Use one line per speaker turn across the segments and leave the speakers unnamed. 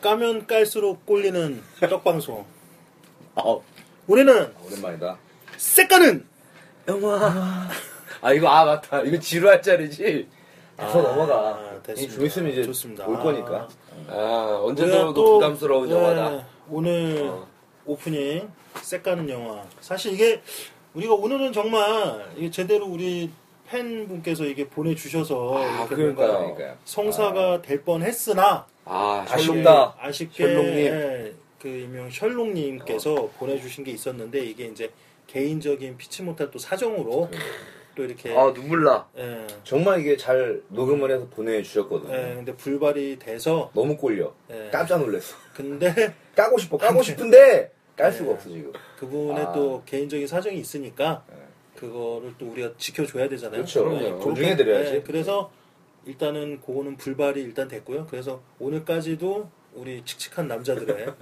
까면 깔수록 꼴리는 떡방송.
어.
아,
우리는
오랜만이다.
색깔은
영화. 아 이거 아 맞다. 이거 지루할 자리지. 벌써 넘어가.
아,
이
됐습니다.
좀 있으면 이제
좋습니다.
올 거니까.
아 언제
우리가
들어도 부담스러운
네,
영화다.
오늘 오프닝 색깔은 영화. 사실 이게 우리가 오늘은 정말 이게 제대로 우리 팬분께서 이게 보내주셔서 이렇게 뭔가
그러니까요.
성사가 될 뻔했으나
아
아쉽다.
셜록.
아쉽게
셜록님.
예, 그 이명 셜록님께서 보내주신 게 있었는데 이게 이제 개인적인 피치 못할 또 사정으로 또 이렇게
아 눈물 나.
예,
정말 이게 잘 녹음을 해서 보내주셨거든요.
예, 근데 불발이 돼서
너무 꼴려.
네.
음. 깜짝 놀랐어.
근데
까고 싶어. 까고 싶은데 깔 수가 없어 지금.
그분의
아. 예.
또 개인적인 사정이 있으니까 그거를 또 우리가 지켜줘야 되잖아요.
그렇죠.
그럼요.
존중해드려야지.
예, 그래서 일단은 그거는 불발이 일단 됐고요. 그래서 오늘까지도 우리 칙칙한 남자들의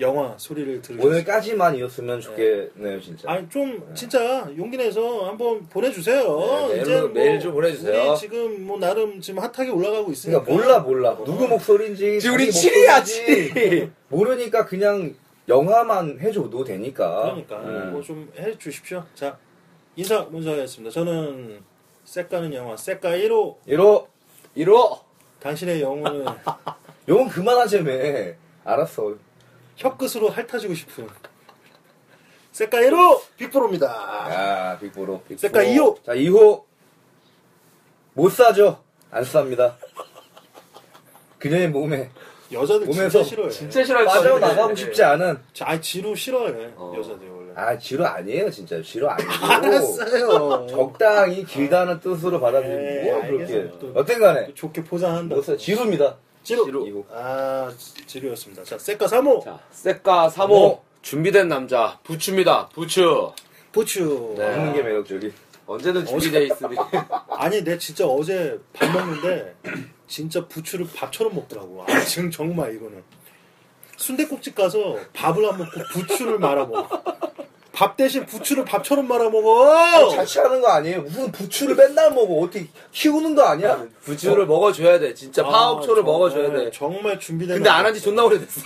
영화 소리를 들으셨습니다.
오늘까지만 예. 이었으면 좋겠네요 진짜.
그렇죠. 아니 좀 진짜 용기 내서 한번 보내주세요.
네,
이제 뭐
메일로- 메일 좀 보내주세요.
우리 지금 뭐 나름 지금 핫하게 올라가고 있으니까.
그러니까 몰라 몰라 누구 목소리인지
지금 우리
자기
칠이야,
목소리인지 모르니까 그냥 영화만 해줘도 되니까
아,
음.
그러니까
네.
뭐 좀 해주십시오. 자 인사 먼저 하겠습니다. 저는 색가는 영화 색가 1호
이러
이로
당신의 영혼을
용은 그만하자며 알았어
혀끝으로 핥아주고 싶은 색가 1호 빅프로입니다.
야 빅보로 빅보로.
색깔 2호.
자 2호 못 사죠 안 쌉니다 그녀의 몸에
여자들 진짜
몸에서
싫어해.
진짜 싫어할 것 같은데.
빠져나가고 싶지 않은
자, 아 지루 싫어해
어.
여자들 원래.
아 지루 아니에요 진짜 지루 아니고
알았어요.
적당히 길다는 뜻으로
네,
받아들이고 뭐 그렇게
알겠어요. 또-
어떤 간에
네.
좋게 포장한다.
못 사 지루입니다
지루.
지루.
이거.
아 지루였습니다. 자 색가 3호
자 색가 3호 준비된 남자 부추입니다. 부추
부추.
네.
먹는 게 매력적이
언제든 준비돼 있으니.
아니, 내 진짜 어제 밥 먹는데 진짜 부추를 밥처럼 먹더라고. 아, 지금 정말 이거는 순댓국집 가서 밥을 안 먹고 부추를 말아 먹어. 밥 대신 부추를 밥처럼 말아 먹어.
자취하는 거 아니에요? 무슨 부추를 맨날 먹어. 어떻게 키우는 거
네,
아니야?
부추를 먹어줘야 돼. 진짜 파업초를
아,
먹어줘야
정말,
돼.
정말 준비된.
근데 안 한 지 존나 오래됐어.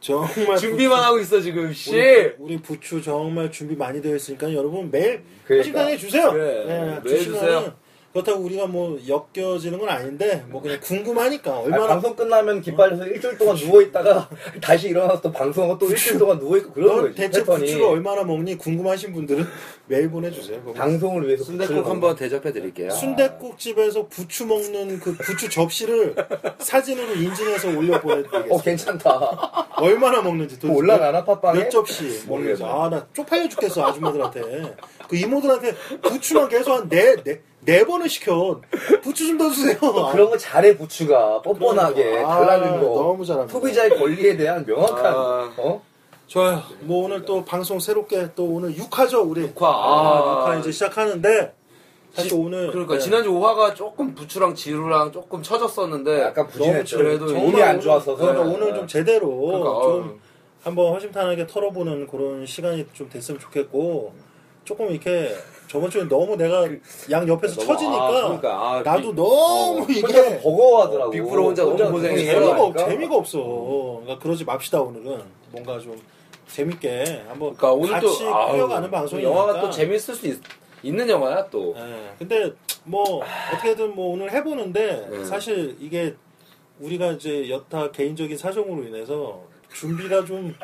정말
준비만 하고 있어 지금. 씨.
부추, 우리, 우리 부추 정말 준비 많이 되어 있으니까 여러분 매일
그러니까.
신강해 주세요.
그래, 매일
주시면은
주세요.
그렇다고 우리가 뭐 엮여지는 건 아닌데 뭐 그냥 궁금하니까
아니,
얼마나
방송 끝나면 기빨려서 일주일 동안 누워있다가 다시 일어나서 또 방송하고 또 일주일 동안 누워있고 그런
넌
거지.
대체
패턴이.
부추를 얼마나 먹니 궁금하신 분들은 메일 보내주세요.
방송을 위해서
순대국 한번 대접해 드릴게요.
순대국 집에서 부추 먹는 그 부추 접시를 사진으로 인증해서 올려
어,
보내드리겠습니다.
괜찮다.
얼마나 먹는지
뭐 올라가나, 팟빵에?
몇 접시 먹는지
모르겠네.
아나 쪽팔려 죽겠어 아줌마들한테 그 이모들한테 부추만 계속 한 네 네 네 번을 시켜 부추 좀 더 주세요.
어, 그런 거 잘해, 부추가. 뻔뻔하게.
그러니까.
달라는 거.
아, 너무 잘합니다.
소비자의 권리에 대한 명확한,
아.
어?
좋아요. 뭐 오늘 또 방송 새롭게 또 오늘 6화죠 우리. 6화.
아,
이제 시작하는데 사실
지-
오늘
그러니까
네.
지난주 5화가 조금 부추랑 지루랑 조금 처졌었는데
약간 부진했죠.
너무 그래도
몸이
정말
안 좋아서.
오늘, 그러니까 오늘 좀 제대로
네, 그러니까,
좀 한번 허심탄회하게 털어보는 그런 시간이 좀 됐으면 좋겠고 조금 이렇게 저번 주에 너무 내가 양 옆에서
그 너무-
처지니까
아, 그러니까. 아,
나도
빅-
너무
혼자
이게
버거워하더라고.
빅프로 혼자 너무 고생했어.
재미가,
그러니까.
없, 재미가 없어. 그러니까 그러지 맙시다 오늘은 뭔가 좀 재밌게 한번
그러니까 오늘 또
같이
아우,
꾸려가는 방송이니까
영화가 또 재밌을 수 있, 는 영화야 또.
네.
예, 근데 뭐 어떻게든 뭐 오늘 해보는데
네.
사실 이게 우리가 이제 여타 개인적인 사정으로 인해서 준비가 좀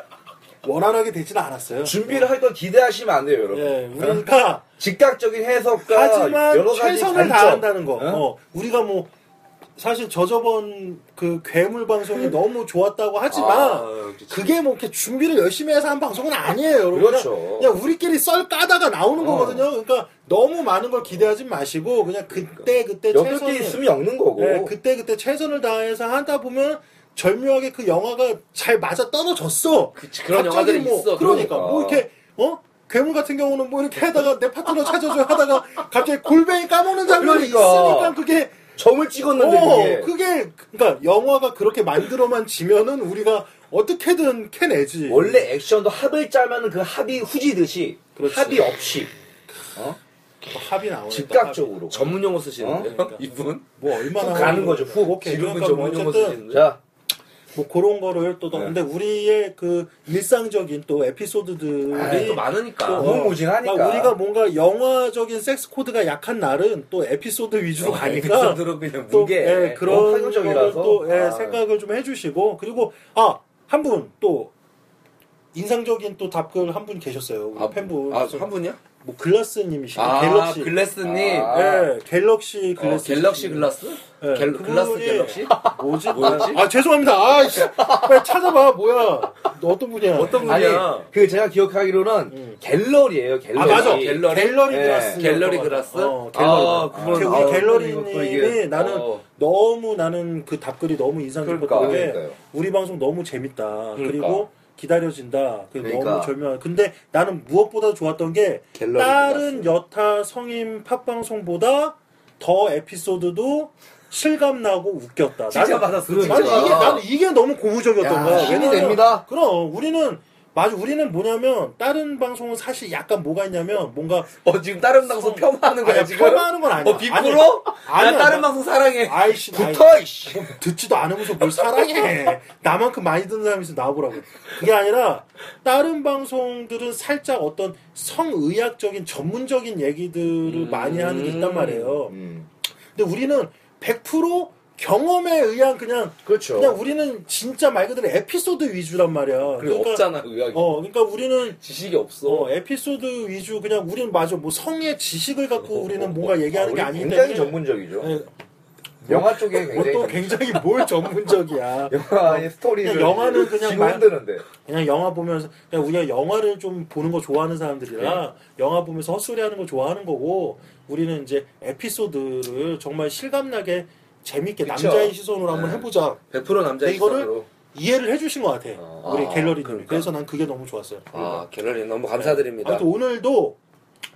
원활하게 되지는 않았어요.
준비를 할 건 기대하시면 안 돼요, 여러분.
예, 그러니까
즉각적인 해석과 그러니까 여러
하지만
가지
최선을
관점.
다한다는 거.
어?
어, 우리가 뭐 사실 저저번 그 괴물 방송이 너무 좋았다고 하지만
아, 그치.
그게 뭐 이렇게 준비를 열심히 해서 한 방송은 아니에요, 여러분.
그렇죠.
그냥, 그냥 우리끼리 썰 까다가
어.
나오는 거거든요. 그러니까 너무 많은 걸 기대하지 마시고 그냥 그때
그러니까.
그때
옆에 게
최선을
있으면 엮는 거고.
네, 그때 그때 최선을 다해서 하다 보면 절묘하게 그 영화가 잘 맞아 떨어졌어.
그치, 그런
갑자기
영화들이 있어.
그러니까,
그러니까.
뭐 이렇게 어 괴물 같은 경우는 뭐 이렇게 하다가 내 파트너 찾아줘 하다가 갑자기 골뱅이 까먹는 장면이 있으니까
그러니까.
그게
점을 찍었는데
어
그게.
그게 그러니까 영화가 그렇게 만들어만 지면은 우리가 어떻게든 캐내지.
원래 액션도 합을 짜면 그 합이 후지듯이
그렇지. 어,
합이 없이
합이 나오니까.
즉각적으로
전문 용어 쓰시는데요 그러니까.
어?
이분?
뭐 얼마나
쭉 가는 거죠. 후.
오케이.
지금은
그러니까 뭐
전문 용어
어쨌든
쓰시는데.
자
뭐 그런 거를 또, 더- 근데 우리의 그 일상적인 또 에피소드들이
아니, 또 많으니까. 어,
또
너무
막
무궁무진하니까.
우리가 뭔가 영화적인 섹스 코드가 약한 날은 또 에피소드 위주로 가니까
어, 에피소드로 그냥
또
뭉개.
예,
너무
그런 거를
파격적이라서.
또 예,
아.
생각을 좀 해주시고 그리고 아 한 분 또 인상적인 또 답글 한 분 계셨어요 우리 팬분
아, 한 분이야?
뭐 글라스님이시고
아,
갤럭시
글래스님.
아.
예 갤럭시
어,
글라스
갤럭시 글라스?
예,
갤,
그분이- 아,
글라스 갤럭시?
뭐지
뭐였지?
아 죄송합니다 아씨 빨리 찾아봐 뭐야 너 어떤 분이야
어떤
아니
분이야?
그 제가 기억하기로는
음.
갤러리예요 갤러리.
아 맞아
갤러리? 네,
갤러리,
예,
글라스
갤러리 글라스?
어, 갤러리 글라스.
아, 그분은-
우리
아,
그것도 이게-
갤러리님이 나는
어.
너무 나는 그 답글이 너무 인상 깊었던 게
그러니까요.
우리 방송 너무 재밌다 그리
그러니까.
고 기다려진다 그
그러니까.
너무 절묘한 근데 나는 무엇보다 좋았던 게
갤러리
다른 여타 성인 팝방송보다 더 에피소드도 실감나고 웃겼다
진짜
나는-
받았어,
그렇죠.
진짜.
아니 이게 나는 이게 너무 고무적이었던
야,
거야
힘이
왜냐면
됩니다.
그럼 우리는 맞아 우리는 뭐냐면 다른 방송은 사실 약간 뭐가 있냐면 뭔가
어, 지금 다른 방송 폄하하는 거야,
아니,
지금?
폄하하는 건 아니야.
어, 비꼬러?
아니,
나
아니야,
다른
나-
방송 사랑해.
아이씨 나이-
붙어, 이씨.
듣지도 않으면서 뭘 사랑해. 나만큼 많이 듣는 사람이 있으면 나와보라고. 그게 아니라, 다른 방송들은 살짝 어떤 성의학적인 전문적인 얘기들을
음.
많이 하는 게 있단 말이에요.
음.
근데 우리는 100% 경험에 의한 그냥,
그렇죠.
그냥 우리는 진짜 말 그대로 에피소드 위주란 말이야.
그리고 없잖아, 의학이.
어, 그러니까 우리는
지식이 없어.
어, 에피소드 위주 그냥 우리는 맞아 뭐 성의 지식을 갖고 우리는 뭔가 얘기하는 게
우리
아니기
굉장히
때문에
전문적이죠.
예,
영화 쪽에 굉장히
뭐또
전-
굉장히 뭘 전문적이야.
영화의 스토리를
그냥 영화는 그냥
지금
말-
흔드는데
그냥 영화 보면서 그냥 우리가 영화를 좀 보는 거 좋아하는 사람들이라 영화 보면서 헛소리하는 거 좋아하는 거고 우리는 이제 에피소드를 정말 실감나게 재밌게
그쵸.
남자의 시선으로 한번
네.
해보자
100% 남자
근데 이거를-
시선으로.
이해를 해주신 것 같아
아,
우리
아,
갤러리님
그러니까.
그래서 난 그게 너무 좋았어요.
아, 갤러리 너무 감사드립니다.
아무튼 오늘도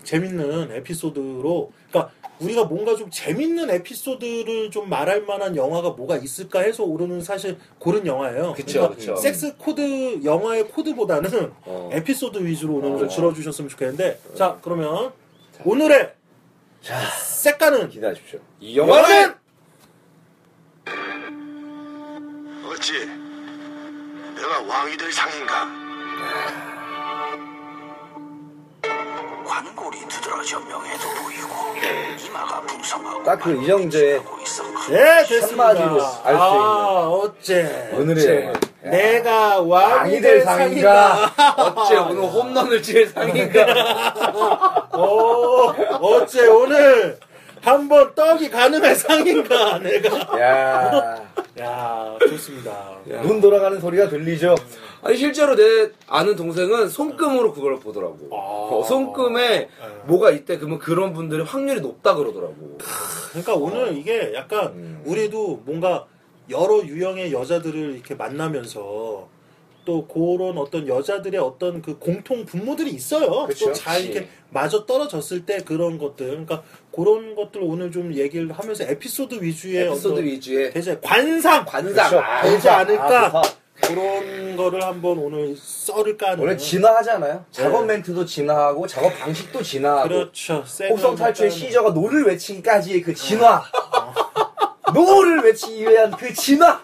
재밌는 에피소드로 그러니까 우리가 뭔가 좀 재밌는 에피소드를 좀 말할 만한 영화가 뭐가 있을까 해서 오르는 사실 고른 영화예요.
그쵸,
그러니까
그쵸.
섹스 코드 영화의 코드보다는
어.
에피소드 위주로 오늘
어.
좀 줄여주셨으면 좋겠는데 자 그러면 오늘의 색깔은
기대하십시오.
이 영화는
어찌 내가 왕이 될 상인가? 네. 관골이 두드러져 명예도 보이고 이마가 풍성하고
딱그
많은
이정재의
빛이 나고 있어.
네 됐습니다.
한마디로 알수
아 어째
오늘의 영화.
내가
왕이
왕이
될
될
상인가?
상인가?
어째 오늘 홈런을 칠 상인가?
어, 어째 오늘 한번 떡이 가능한 상인가 내가.
야,
야 좋습니다.
눈 돌아가는 소리가 들리죠.
아니 실제로 내 아는 동생은 손금으로 그걸 보더라고.
아.
그 손금에
네.
뭐가 있대. 그러면 그런 분들이 확률이 높다 그러더라고.
그러니까
아.
오늘 이게 약간
음.
우리도 뭔가 여러 유형의 여자들을 이렇게 만나면서 또 그런 어떤 여자들의 어떤 그 공통 분모들이 있어요.
그쵸.
또 잘 이렇게 마저 떨어졌을 때 그런 것들. 그러니까 그런 것들 오늘 좀 얘기를 하면서 에피소드 위주의
에피소드
어떤
위주의
대체 관상
관상.
그쵸.
아,
되지 그렇죠. 않을까?
아, 좋다.
그런 거를 한번 오늘 썰을 까는
원래 진화하잖아요. 작업
네.
멘트도 진화하고 작업 방식도 진화하고
그렇죠. 쌤은
혹성 탈출의
일단은-
시저가 노를 외치기까지의 그 진화.
네.
노를 외치기 위한 그 진화.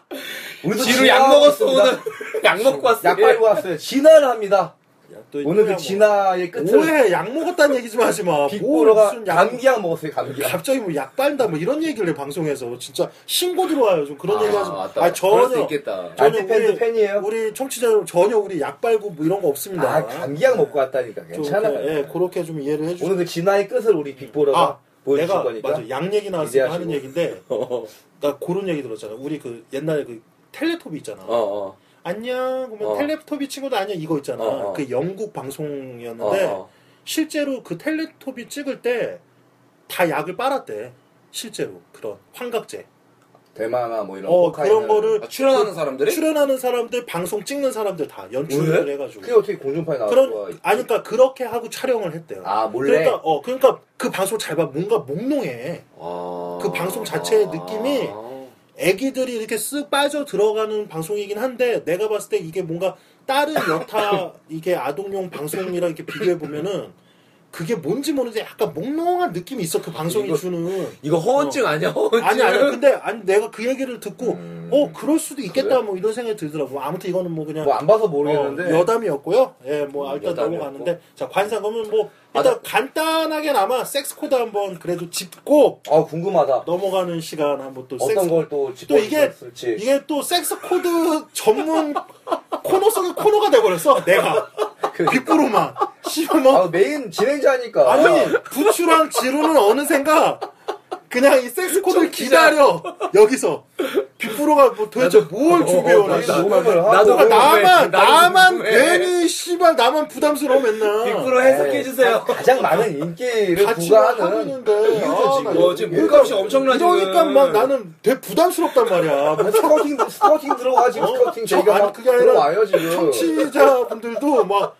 우리도
지루 약 먹었어, 오늘. 약 먹고 왔어. 예.
약
예.
빨고 왔어요. 진화를 합니다.
야, 또
오늘
이거야
그
뭐.
진화의 끝을
오해 약 먹었다는 얘기 좀 하지 마. 뭐
빅보로가
무슨 약
감기약 먹었어요. 감기약.
갑자기 뭐 약 빨다 뭐 이런 얘기를 해, 방송에서 진짜 신고 들어와요. 좀 그런 얘기 하지 마.
맞다.
아
그럴 수
전혀
있겠다.
전혀
안티팬드
우리-
팬이에요?
우리 청취자 여러분 전혀 우리 약 빨고 뭐 이런 거 없습니다.
아 감기약 먹고 왔다니까
좀
괜찮아요.
이렇게, 예, 그렇게 좀 이해를 해주시
오늘 그 진화의 끝을 우리 빅보로가
아,
보여줄
내가
거니까.
맞아. 약 얘기 나왔으니까
기대하시고.
하는 얘기인데 그러니까 그런 얘기 들었잖아. 우리 그 옛날에 그 텔레토비 있잖아.
어, 어.
안녕. 그러면
어.
텔레토비 친구도 안녕 이거 있잖아.
어, 어.
그 영국
네.
방송이었는데
어, 어.
실제로 그 텔레토비 찍을 때 다 약을 빨았대. 실제로 그런 환각제.
대망아 뭐 이런.
어
코카인을.
그런 거를
아, 출연하는 사람들이?
출연하는 사람들, 방송 찍는 사람들 다 연출을
왜?
해가지고
그게 어떻게 공중파에 나올
그런
거야?
아니 그러니까 그렇게 하고 촬영을 했대요.
아 몰래.
그러니까 어 그러니까 그 방송 잘 봐. 뭔가 몽롱해.
어.
그 방송 자체의 느낌이 애기들이 이렇게 쓱 빠져 들어가는 방송이긴 한데 내가 봤을 때 이게 뭔가 다른 여타 이게 아동용 방송이랑 이렇게 비교해 보면은 그게 뭔지 모르는데 약간 몽롱한 느낌이 있어 그 방송이
이거-
주는
이거 허언증 아니야? 허언증.
아니 아니 근데 아니 내가 그 얘기를 듣고
음.
어 그럴 수도 있겠다 뭐 이런 생각이 들더라고 아무튼 이거는 뭐 그냥
뭐 안 봐서
어,
모르겠는데
여담이었고요 예뭐
음,
일단
여담이었고.
넘어가는데 자 관상검은 뭐
아,
일단 간단하게나마 섹스코드 한번 그래도 짚고
아 궁금하다
넘어가는 시간 한번 또
어떤
섹스
걸 또
또 이게
짚어주셨을지
이게 또 섹스코드 전문 코너 속의 코너가 돼버렸어 내가 귓부로만 씨발 뭐
아 메인 진행자니까
아니 부추랑 지루는 어느샌가 그냥 이 섹스코드를 기다려 여기서 빅프로가 뭐 도대체 뭘 준비해오나
어, 나도
씨.
녹음을 하고
나도
그러니까 나만
궁금해. 나도
나만
궁금해.
괜히 씨발 나만 부담스러워 맨날
빅프로 해석해 주세요.
가장 많은 인기를
같이 하고
부과하는
있는데 아, 나
어, 지금 몸값이 엄청나 지금.
이러니까 막 나는 되게 부담스럽단 말이야 뭐
스카우팅 스카우팅 들어와 지금 스카우팅
저-
저희가
아니,
막
그게 아니라
들어와요 지금
청취자분들도 막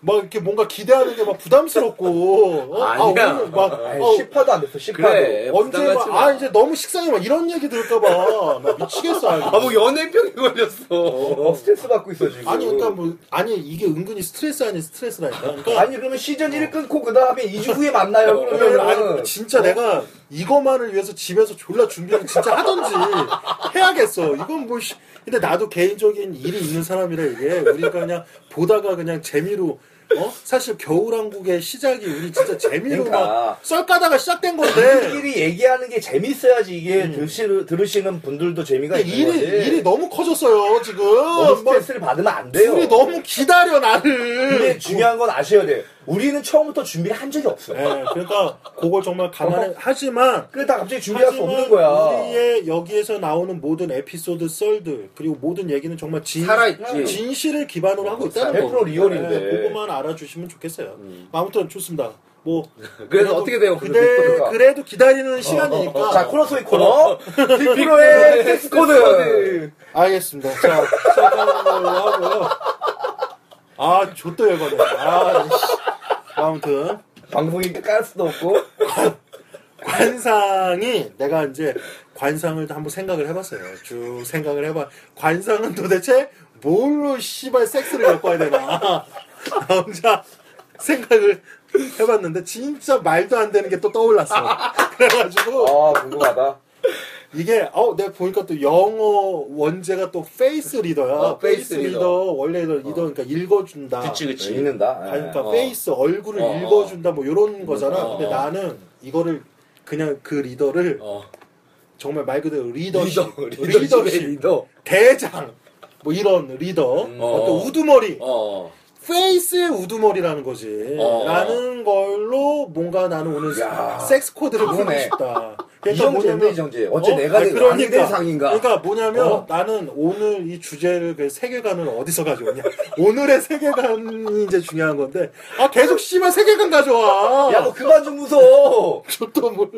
막 이렇게 뭔가 기대하는 게 막 부담스럽고 어?
아니야.
아, 오늘 막
아이,
어,
10화도 안 됐어 10화도
그래.
언제
부담
막,
갖지 마.
아 이제 너무 식상해 막 이런 얘기 들을까봐 나 미치겠어 아니.
아, 뭐 연예병이 걸렸어.
어, 스트레스 받고 있어 지금
아니 그러니까 뭐 아니 이게 은근히 스트레스 아닌 스트레스라니까 그러니까
아니, 그러면 시즌 1 끊고 그 다음에 2주 후에 만나요
어, 그러면 아니
그러면
진짜 내가 이거만을 위해서 집에서 졸라 준비를 진짜 하던지 해야겠어 이건 뭐 씨- 근데 나도 개인적인 일이 있는 사람이라 이게 우리가 그냥 보다가 그냥 재미로 어 사실 겨울왕국의 시작이 우리 진짜 재미로
그러니까.
막 썰까다가 시작된 건데
우리끼리 얘기하는 게 재밌어야지 이게 들으시, 들으시는 분들도 재미가 있는
음. 일이
거지
일이 너무 커졌어요 지금
너무
막
스트레스를 받으면 안 돼요
둘이 너무 기다려 나를.
근데 중요한 건 아셔야 돼요 우리는 처음부터 준비를 한 적이 없어
예, 그러니까 그걸 정말 감안해. 하지만
그러다 갑자기 준비할 수
하지만
없는 거야
우리의 여기에서 나오는 모든 에피소드 썰들 그리고 모든 얘기는 정말 진
살아있지. 네,
진실을 기반으로 하고 있다는 거.
100% 리얼인데
예, 그것만 알아주시면 좋겠어요. 아무튼 좋습니다. 뭐
음. 그래서 어떻게 돼요? 어,
근데 그래도 기다리는 시간이니까.
자 코너 속의 코너 빅프로의 섹스코드
알겠습니다. 자, 시작하는 걸로 하고요. 아, 좆도 열받네. 아, 씨. 아무튼
방송이 깔 수도 없고
관상이 내가 이제 관상을 한번 생각을 해봤어요. 쭉 생각을 해봐. 관상은 도대체 뭘로 씨발 섹스를 엮어야 되나 나 혼자 생각을 해봤는데 진짜 말도 안 되는 게 또 떠올랐어. 그래가지고
아 궁금하다
이게 어 내가 보니까 또 영어 원제가 또 페이스 리더야.
어, 페이스 리더.
원래 리더 그러니까 읽어준다.
그치, 그치.
읽는다 예.
아니, 그러니까
어.
페이스 얼굴을
어,
읽어준다 뭐 이런 거잖아.
어.
근데 나는 이거를 그냥 그 리더를
어.
정말 말 그대로 리더십,
리더, 리더십의
리더십,
리더.
대장 뭐 이런 리더,
음.
어. 떤 우두머리,
어.
페이스의 우두머리라는 거지.
어.
라는 걸로 뭔가 나는 오늘
야.
섹스 코드를 풀고
그러네.
싶다. 그러니까
이정재인데 이정재 어째
어?
내가
아니,
내 아니 될 상인가
그러니까 뭐냐면
어.
나는 오늘 이 주제를 그 세계관을 어디서 가져오냐. 오늘의 세계관이 이제 중요한 건데 아 계속 씨발 세계관 가져와.
야 너 그만 좀 웃어
저도 뭘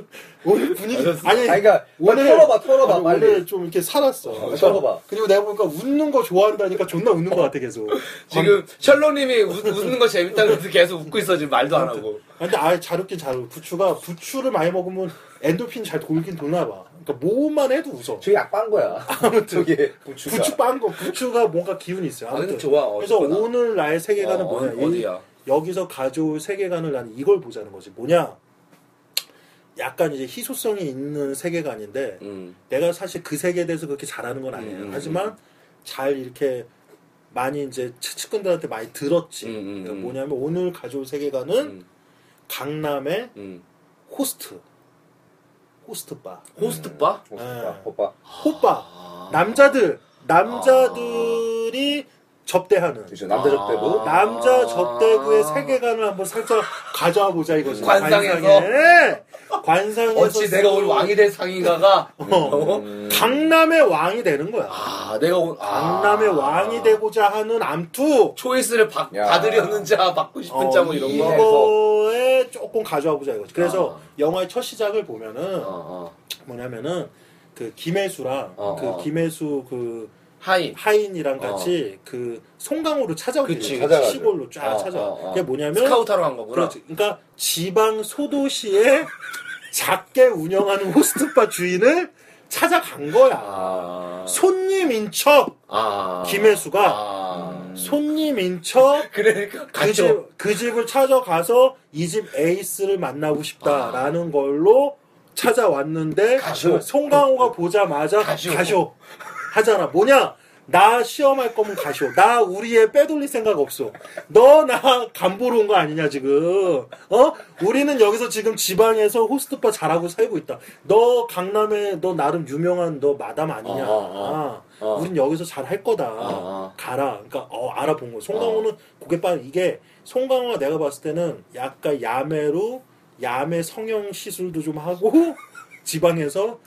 오늘 분위기 아니
아니, 그러니까
오늘
털어봐, 털어봐,
아니,
빨리.
오늘 좀 이렇게 살았어.
털어봐.
그리고 내가 보니까 웃는 거 좋아한다니까 존나 웃는 거 같아 계속.
지금 셜로님이 웃- 웃는 거 재밌다 그래서 계속 웃고 있어 지금 말도 안 하고.
근데 아예 잘 웃긴 잘 웃. 부추가 부추를 많이 먹으면 엔도핀 잘 돌긴 도나 봐. 그러니까 뭐만 해도 웃어.
저기 약반 거야
아무튼
저기
부추 빵 거 부추가 뭔가 기운이 있어요.
아,
아무튼
근데 좋아. 어,
그래서
좋구나.
오늘 나의 세계관은
어,
뭐냐?
어,
이-
어디야?
여기서 가져올 세계관을 나는 이걸 보자는 거지. 뭐냐? 약간 이제 희소성이 있는 세계관인데
음.
내가 사실 그 세계에 대해서 그렇게 잘하는 건 아니에요.
음,
하지만 잘 이렇게 많이 이제 측근들한테 많이 들었지.
음, 음,
그러니까
음.
뭐냐면 오늘 가져올 세계관은
음.
강남의
음.
호스트, 호스트바,
호스트바?
어,
네.
오빠
아.
호빠, 남자들, 남자들이 접대하는
그죠 남자 접대부 뭐?
아.
남자 접대부의 세계관을 한번 살짝 가져와 보자 이거지.
관상에서?
관상에. 관상에서
어찌 내가 오늘 왕이 될 상인가가.
어, 강남의 왕이 되는 거야.
아, 내가 오늘 아.
강남의 왕이 되고자 하는 암투
초이스를 받,
야.
받으려는 자, 받고 싶은
어,
자, 뭐 이런 거.
이거.
이거에 조금 가져와 보자 이거지. 그래서
아.
영화의 첫 시작을 보면은
어, 어.
뭐냐면은 그 김혜수랑
어,
그
어.
김혜수 그
하이.
하인이랑 같이 그 송강호로 찾아오는 거지.
그치,
찾아가죠.
시골로 쫙
어,
찾아.
어, 어.
그게 뭐냐면
스카우터로 한 거구나.
그렇지. 그러니까 지방 소도시에 작게 운영하는 호스트바 주인을 찾아간 거야.
아.
손님인 척
아.
김혜수가
아.
손님인 척
그러니까
그, 집,
갔죠.
그 집을 찾아가서 이 집 에이스를 만나고 싶다라는 걸로 찾아왔는데
아. 가쇼.
송강호가 보자마자
어. 가쇼.
가쇼. 하잖아 뭐냐 나 시험할 거면 가쇼 나 우리의 빼돌릴 생각 없어 너 나 간보러 온 거 아니냐 지금 어 우리는 여기서 지금 지방에서 호스트바 잘하고 살고 있다 너 강남에 너 나름 유명한 너 마담 아니냐
어, 어, 어.
우린 여기서 잘 할 거다
어.
가라. 그러니까 어, 알아본 거. 송강호는 고개 빠른 이게 송강호가 내가 봤을 때는 약간 야매로 야매 성형 시술도 좀 하고 지방에서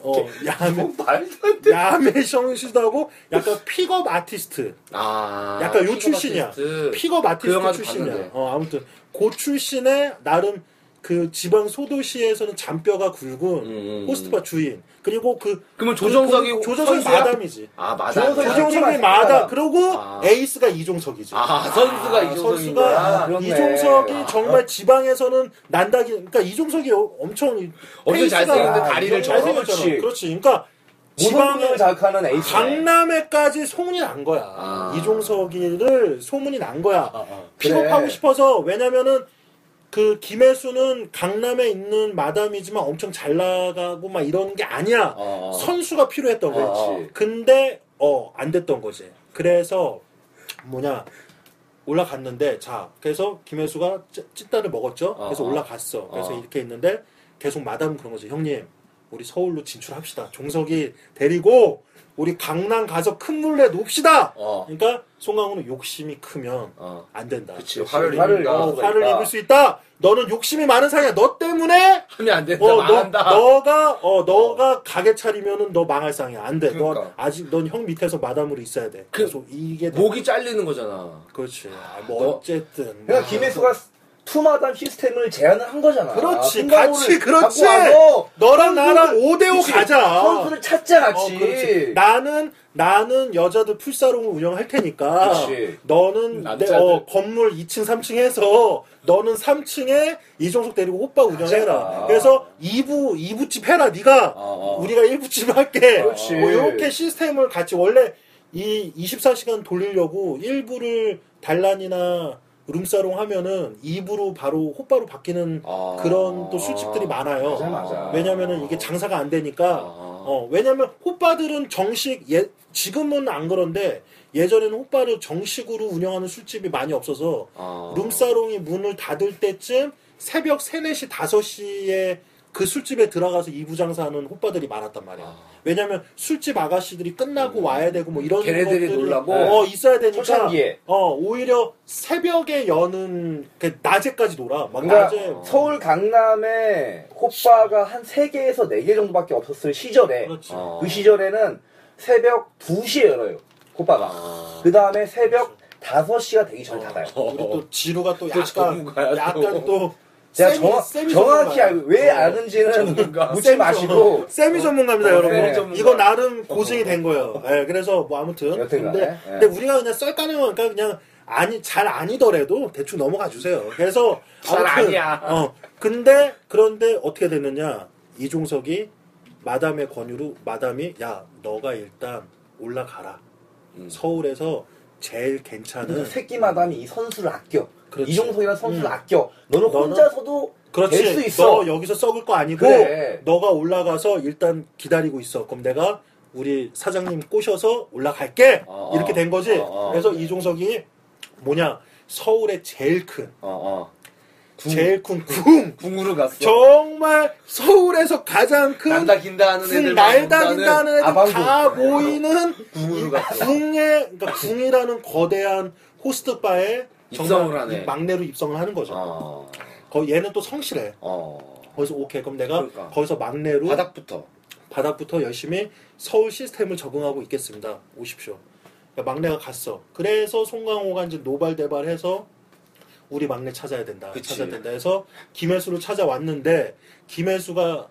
어 야매
말도 안 돼.
야매 성형 시술도 하고 약간 픽업 아티스트.
아.
약간 요
픽업
출신이야.
아티스트.
픽업
그
아티스트
영화도
출신이야.
봤는데.
어 아무튼 고 출신의 나름 그 지방 소도시에서는 잔뼈가 굵은
음, 음.
호스트바 주인 그리고 그
그러면 조정석이
그 조정석이
마-
마담이지.
아, 맞아.
조정석이
맞아.
조정-
조정석이
맞지,
마다
맞아.
그리고
아.
에이스가 이종석이죠.
아, 선수가 이종석인
선수가
거야.
그렇네.
이종석이
아.
정말 지방에서는 난다기 그러니까 이종석이 어- 엄청
엄청
페이스가
잘생겼는데
다리를
엄청
저러.
잘생겼잖아.
그렇지.
그렇지. 그러니까
모성분을
지방에
자극하는 에이스.
아, 강남에까지 소문이 난 거야.
아.
이종석이를 소문이 난 거야.
아.
픽업하고
그래.
싶어서 왜냐면은 그 김혜수는 강남에 있는 마담이지만 엄청 잘 나가고 막 이런 게 아니야.
어.
선수가 필요했던 거야.
그렇지.
근데 어 안 됐던 거지. 그래서 뭐냐 올라갔는데 자 그래서 김혜수가 찌- 찌따를 먹었죠. 그래서
어.
올라갔어. 그래서
어.
이렇게 있는데 계속 마담 그런 거지. 형님 우리 서울로 진출합시다. 종석이 데리고 우리 강남 가서 큰 물에 놉시다.
어.
그러니까 송강호는 욕심이 크면
어.
안 된다.
그치, 화를 입는다.
화를 입을
어,
수가
화를
있다.
입을 수 있다. 너는 욕심이 많은 사람이야. 너 때문에
하면 안 된다.
어, 너,
말한다.
너가 어 너가 가게 차리면은 너 망할 상이야. 안 돼. 너
그러니까.
아직 넌 형 밑에서 마담으로 있어야 돼.
그-
그래서 이게 다-
목이 잘리는 거잖아.
그렇지. 뭐
너-
어쨌든
그러니까
뭐.
김혜수가 투마담 시스템을 제안을 한 거잖아.
그렇지.
송강호를
같이 그렇지.
갖고 와서
너랑 나랑
선수를-
5대5
그치.
가자.
선수를 찾자 같이.
어, 그렇지. 나는 나는 여자들 풀사롱을 운영할 테니까
그치.
너는 내,
남자들.
어, 건물 2층 3층에서 너는 3층에 이종석 데리고 오빠 운영해라.
가자.
그래서 2부 2부집 해라 네가
어, 어.
우리가 1부집 할게.
그렇지.
뭐 이렇게 시스템을 같이 원래 이 24시간 돌리려고 1부를 단란이나 룸사롱 하면은 2부로 바로 호빠로 바뀌는
아.
그런 또 술집들이 많아요.
맞아, 맞아.
왜냐면은 이게 장사가 안 되니까
아.
어, 왜냐면 호빠들은 정식 예 지금은 안 그런데 예전에는 호빠를 정식으로 운영하는 술집이 많이 없어서
아.
룸사롱이 문을 닫을 때쯤 새벽 3, 4시, 5시에 그 술집에 들어가서 이부 장사하는 호빠들이 많았단 말이야. 왜냐면 술집 아가씨들이 끝나고 와야 되고 뭐 이런
걔네들이
것들이
놀라고.
어 있어야 되니까
초창기에.
어 오히려 새벽에 여는 그 낮에까지 놀아. 막
그러니까
낮에 뭐
서울 강남에 호빠가 한 3개에서 4개 정도밖에 없었을 시절에
그렇지.
어.
그 시절에는 새벽 2시에 열어요. 호빠가.
아.
그 다음에 새벽 5시가 되기 전에 닫아요.
우리 또 지루가 또
또
약간
전문가야, 또.
약간 또
제가
세미-
정확,
세미
정확히
전문가야.
알고 왜 아는지는 묻지 마시고
세미 전문가입니다,
어,
여러분.
네.
이거 나름 고증이 된 거예요. 예, 그래서 뭐 아무튼
여튼간에,
근데,
예.
근데 우리가 그냥 썰까는 거니까 그냥 아니 잘 아니더라도 대충 넘어가 주세요. 그래서
잘
아무튼,
아니야.
어, 근데 그런데 어떻게 됐느냐? 이종석이 마담의 권유로 마담이 야 너가 일단 올라가라.
음.
서울에서 제일 괜찮은
새끼 마담이 이 선수를 아껴
그렇지. 음.
이종석이라는 선수를 아껴 너는
너는-
혼자서도 될 수
그렇지.
있어
너 여기서 썩을 거 아니고
그래.
너가 올라가서 일단 기다리고 있어. 그럼 내가 우리 사장님 꼬셔서 올라갈게.
어, 어.
이렇게 된 거지.
어, 어.
그래서 이종석이 뭐냐 서울의 제일 큰
어, 어.
제일 큰 궁.
궁으로 갔어.
정말 서울에서 가장 큰
난다 긴다 하는
궁
애들
날다 긴다는 애들
아방궁.
다 모이는
궁으로
이
갔어.
궁의 그러니까 궁이라는 거대한 호스트바에 정말
입성을 하네.
이 막내로 입성을 하는 거죠.
어.
거 얘는 또 성실해.
어.
거기서 오케이 그럼 내가
그러니까.
거기서 막내로 바닥.
바닥부터.
부터 열심히 서울 시스템을 적응하고 있겠습니다 오십시오 그러니까 막내가 갔어 그래서 송강호가 이제 노발대발해서 우리 막내 찾아야 된다
그치.
찾아야 된다 해서 김혜수를 찾아왔는데 김혜수가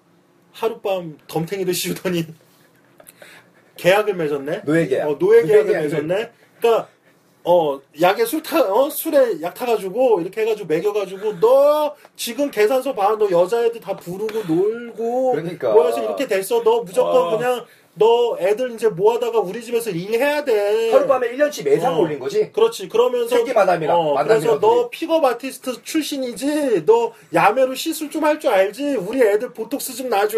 하룻밤 덤탱이를 씌우더니 계약을 맺었네
노예 계약.
어, 노예 계약을
노예 계약을.
맺었네 그러니까 어 약에 술타 어 술에 약 타가지고 이렇게 해가지고 먹여가지고 너 지금 계산서 봐 너 여자애들 다 부르고 놀고
그러니까.
뭐 해서 이렇게 됐어 너 무조건
아.
그냥 너 애들 이제 뭐 하다가 우리 집에서 일해야 돼.
하룻밤에 1년치 매상
어.
을 올린 거지?
그렇지. 그러면서
세계 마담이랑
어,
만남이랑
그래서 너
둘이.
픽업 아티스트 출신이지. 너 야매로 시술 좀 할 줄 알지. 우리 애들 보톡스 좀 놔줘.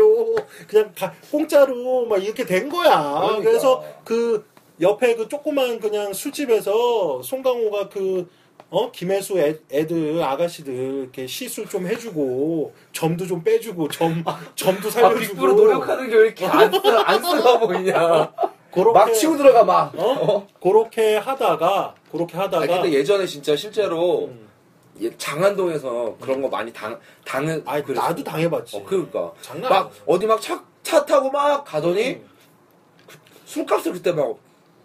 그냥 다 공짜로 막 이렇게 된 거야.
그러니까.
그래서그 옆에 그 조그만 그냥 술집에서 송강호가 그 어? 김혜수 애, 애들 아가씨들 이렇게 시술 좀 해주고 점도 좀 빼주고 점 점도
아,
살려주고
빅브로 노력하는 게 왜 이렇게 안, 쓰, 안 쓰나 보이냐.
그렇게
막 치고 들어가 막.
어? 그렇게 하다가 그렇게 하다가
아니, 근데 예전에 진짜 실제로
음.
예- 장안동에서 그런 거 많이 당 당은
아이,
그랬어.
나도 당해봤지.
어, 그러니까
장난
막
아니야.
어디 막 차 차 타고 막 가더니 그
음.
술값을 그때 막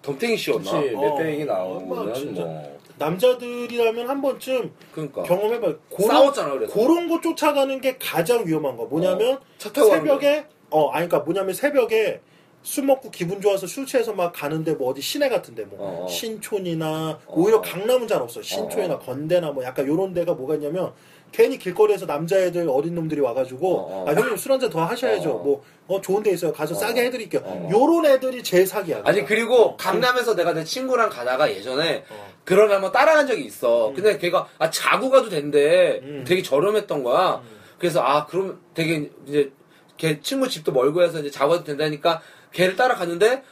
덤탱이 씌웠나?
그치,
어.
몇 병이
엄마,
나오면
진짜.
뭐.
남자들이라면 한 번쯤
그러니까
경험해봐요. 그런,
싸웠잖아 그래서 어.
그런 거 쫓아가는 게 가장 위험한 거. 뭐냐면
차 타고 가는 거.
새벽에 어 아니 그러니까 뭐냐면 새벽에 술 먹고 기분 좋아서 술 취해서 막 가는데 뭐 어디 시내 같은데 뭐
어.
신촌이나
어.
오히려 강남은 잘 없어. 신촌이나 건대나 뭐 약간 요런 데가 뭐가 있냐면 괜히 길거리에서 남자애들 어린 놈들이 와가지고
어.
아 형님 술 한잔 더 하셔야죠.
어.
뭐 어 좋은 데 있어요. 가서 싸게 해드릴게요.
어.
요런 애들이 제일 사기야.
아니
그냥.
그리고 강남에서 내가 내 친구랑 가다가 예전에
어.
그런 애 한번 뭐 따라간 적이 있어.
음.
근데 걔가 아 자고 가도 된대.
음.
되게 저렴했던 거야.
음.
그래서 아 그럼 되게 이제 걔 친구 집도 멀고 해서 이제 자고 가도 된다니까 걔를 따라갔는데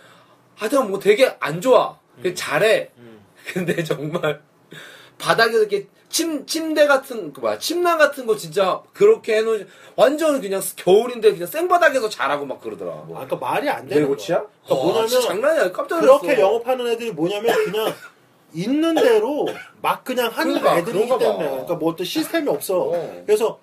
하여튼 뭐 되게 안 좋아. 그 잘해.
음.
근데 정말 바닥에 이렇게 침 침대 같은 그 뭐야 침낭 같은 거 진짜 그렇게 해놓은 완전 그냥 겨울인데 그냥 생바닥에서 자라고 막 그러더라.
아, 그러니까 말이 안 되는
내
거야.
고치야?
그러니까
와,
뭐냐면
진짜 장난이 어, 아니야. 깜짝 놀랐어.
그렇게 영업하는 애들이 뭐냐면 그냥 있는 대로 막 그냥 하는
그러니까,
애들이기
그런가 봐.
때문에 그러니까 뭐 어떤 시스템이 없어.
어.
그래서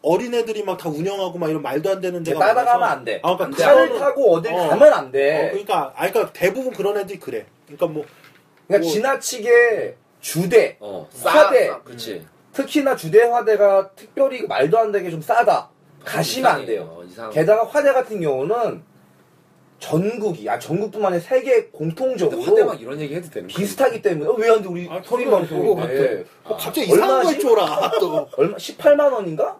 어린 애들이 막 다 운영하고 막 이런 말도 안 되는 데가
따라가면
많아서.
안 돼.
아, 그러니까
차를
그거는-
타고 네. 어딜
어.
가면 안
어,
돼.
그러니까 아 그러니까 대부분 그런 애들이 그래. 그러니까 뭐
그러니까
뭐-
지나치게 주대,
어, 싸,
화대.
음.
싸, 그렇지.
특히나 주대 화대가 특별히 말도 안 되게 좀 싸다. 가시면 안 돼요.
이상해요, 이상해.
게다가 화대 같은 경우는 전국이, 아, 전국뿐만 아니라 세계
근데 화대
공통적으로
막 이런 얘기 해도 되는 거야?
비슷하기 때문에, 어, 왜 안 돼? 우리
아,
서민
그러면 그거
방송인데.
뭐 갑자기
아, 얼마나
이상한 거에
심-
쫄아 또.
얼마, 18만원인가?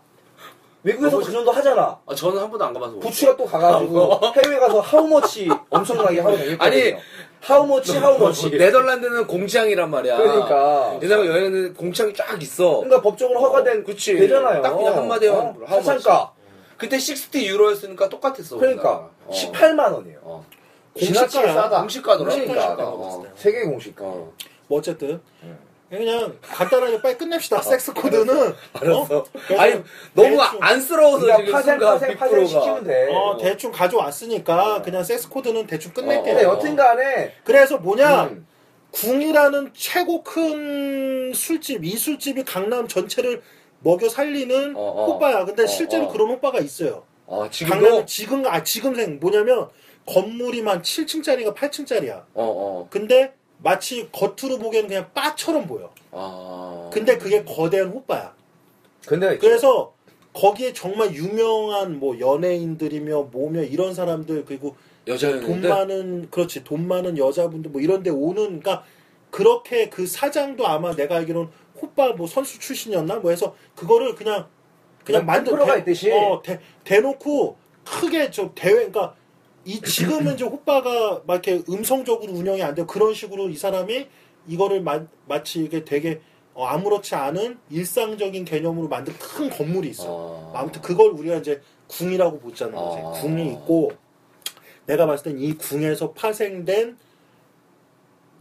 외국에서 그 정도 하잖아.
아, 저는 한 번도 안 가봐서. 모르겠어요.
부추가 또 가가지고 해외 가서 하우머치 엄청나게 하고 다녔거든요.
아니,
하우머치 하우머치.
네덜란드는 공장이란 말이야.
그러니까.
옛날에 여행은 공장이 쫙 있어.
그러니까 법적으로 허가된
어, 그치.
되잖아요.
딱 그냥 한마디 하면
어?
하우머치.
하산가.
그때 60 유로였으니까 똑같았어.
그러니까
우리나라. 어.
18만 원이에요.
어.
지나치게
공시가야.
싸다.
공시가더라.
그러니까.
공시가.
어. 세계 공시가.
어.
뭐 어쨌든 그냥 간단하게 빨리 끝냅시다. 섹스 코드는 알았어.
아니, 너무
대충.
안쓰러워서
그러니까
지금
파생
순간
파생 파생
100%가.
시키면 돼.
어, 대충 가져왔으니까 그냥 섹스 코드는 대충 끝낼게.
근데
요
어, 어.
여튼간에
그래서 뭐냐
네, 음.
궁이라는 최고 큰 술집 이 술집이 강남 전체를 먹여 살리는
어, 어.
호빠야. 근데
어,
실제로
어.
그런 호빠가 있어요.
아, 지금도?
강남 지금 아 지금생 뭐냐면 건물이만 7층짜리가 8층짜리야.
어, 어.
근데 마치 겉으로 보기에는 그냥 바처럼 보여.
아.
근데 그게 거대한 호빠야.
근데
그래서 거기에 정말 유명한 뭐 연예인들이며 뭐며 이런 사람들 그리고 돈
여자였는데. 아.
많은 그렇지 돈 많은 여자분들 뭐 이런데 오는 그러니까 그렇게 그 사장도 아마 내가 알기로는 호빠 뭐 선수 출신이었나 뭐 해서 그거를 그냥 그냥
그냥
만든
프로가 있듯이.
어, 대, 대놓고 크게 저 대회 그러니까 이 지금은 이제 호빠가 막 이렇게 음성적으로 운영이 안 돼요 그런 식으로 이 사람이 이거를 마, 마치 이게 되게 어, 아무렇지 않은 일상적인 개념으로 만든 큰 건물이 있어. 요
어.
아무튼 그걸 우리가 이제 궁이라고 보자는 거지.
아.
궁이 있고 내가 봤을 땐 이 궁에서 파생된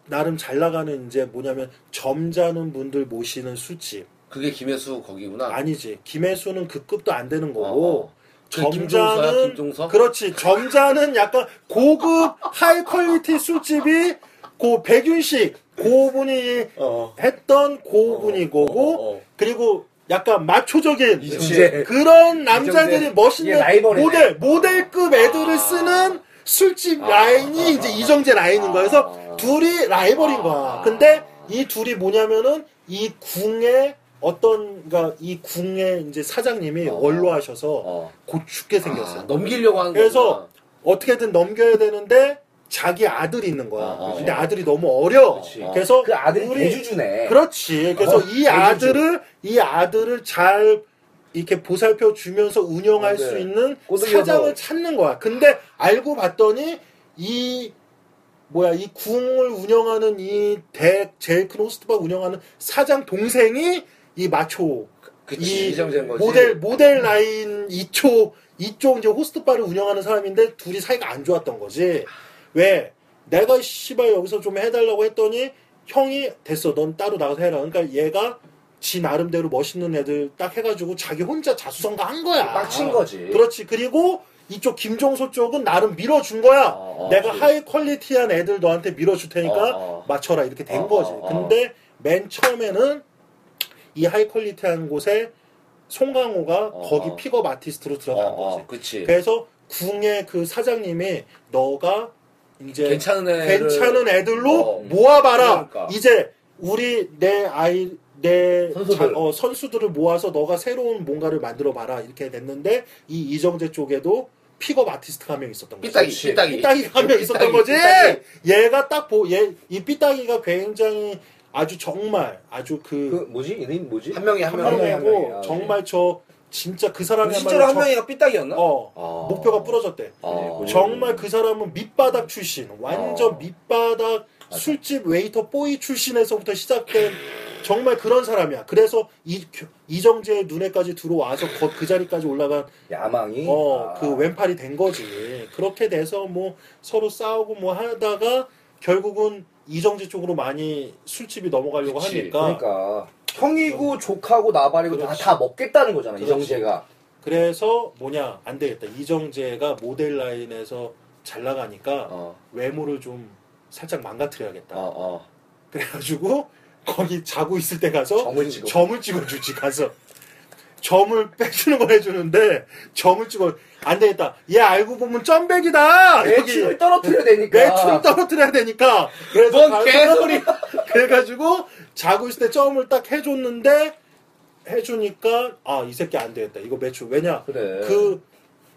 나름 잘 나가는 이제 뭐냐면 점잖은 분들 모시는 술집
그게 김혜수 거기구나.
아니지 김혜수는 그 급도 안 되는 거고
그 김종서야,
점잖은
김종서?
그렇지 점잖은 약간 고급 하이 퀄리티 술집이 고 백윤식 고분이
어.
했던 고분이 고고
어, 어.
그리고 약간 마초적인
이제
그런 남자들이 멋있는
이게 라이벌이네.
모델 모델급 애들을
아.
쓰는 술집
아.
라인이 이제 이정재 라인인 거야. 그래서
아.
둘이 라이벌인 거야.
아.
근데 이 둘이 뭐냐면은 이 궁의 어떤 그러니까 이 궁의 이제 사장님이
어.
원로하셔서
어.
고춥게
아,
생겼어.
넘기려고 하는
그래서 어떻게든 넘겨야 되는데 자기 아들이 있는 거야.
어.
근데 아들이 너무 어려.
그치.
그래서
그 아들이
우리
어,
대주주네.
그렇지. 그래서 이 아들을 이 아들을 잘 이렇게 보살펴 주면서 운영할
네.
수 있는
꼬드겨서.
사장을 찾는 거야. 근데 알고 봤더니 이 뭐야 이 궁을 운영하는 이 대 제일 큰 호스트바 운영하는 사장 동생이 이 마초
그치, 이정재인 거지.
모델 모델 라인 이쪽 이쪽 이제 호스트바를 운영하는 사람인데 둘이 사이가 안 좋았던 거지. 왜 내가 씨발 여기서 좀 해달라고 했더니 형이 됐어 넌 따로 나가서 해라. 그러니까 얘가 지 나름대로 멋있는 애들 딱 해가지고 자기 혼자 자수성가 한 거야.
빡친 거지.
그렇지. 그리고 이쪽 김종소 쪽은 나름 밀어준 거야.
어, 어,
내가
그렇지.
하이 퀄리티한 애들 너한테 밀어줄 테니까
어, 어.
맞춰라 이렇게 된
어,
거지.
어, 어.
근데 맨 처음에는 이 하이 퀄리티한 곳에 송강호가
어, 어.
거기 픽업 아티스트로
어,
들어간
어,
거지.
그치.
그래서 궁의 그 사장님이 너가 이제
괜찮은 애.
괜찮은 애들로
어.
모아봐라.
그러니까.
이제 우리 내 아이 내
선수들.
자- 어, 선수들을 모아서 너가 새로운 뭔가를 만들어 봐라 이렇게 됐는데 이 이정재 쪽에도 픽업 아티스트가 한 명 있었던 거지.
삐딱이,
그치.
삐딱이.
삐딱이 한 명 있었던
삐딱이,
거지.
삐딱이.
얘가 딱 보 얘 이 삐딱이가 굉장히 아주 정말 아주
그,
그
뭐지? 이름 뭐지?
한 명이 한
한
명이.
명이야, 한
명이고
명이야.
정말 저 진짜 그 사람이
실제로 한 명이가 삐딱이었나?
어
아.
목표가 부러졌대.
아.
정말 그 사람은 밑바닥 출신, 완전
어.
밑바닥 술집 웨이터 뽀이 출신에서부터 시작된 정말 그런 사람이야. 그래서 이, 이정재의 눈에까지 들어와서 거- 그 자리까지 올라간
야망이.
어,
아.
그 왼팔이 된 거지. 그렇게 돼서 뭐 서로 싸우고 뭐 하다가 결국은 이정재 쪽으로 많이 술집이 넘어가려고
그치.
하니까
그러니까 형이고 조카고 나발이고 다, 다 먹겠다는 거잖아
그렇지.
이정재가
그래서 뭐냐 안 되겠다. 이정재가 모델 라인에서 잘 나가니까
어,
외모를 좀 살짝 망가뜨려야겠다.
어, 어.
그래가지고 거기 자고 있을 때 가서
정을 찍어.
점을 찍어주지 가서 점을 빼주는 걸 해주는데 점을 찍어 안 되겠다 얘 알고 보면 점백이다
매출을 떨어뜨려야 되니까
아, 매출을 그러니까 떨어뜨려야 되니까 그래서
뭔
가서
개소리야.
그래가지고 자고 있을 때 점을 딱 해줬는데 해주니까 아 이 새끼 안 되겠다 이거 매출 왜냐
그래.
그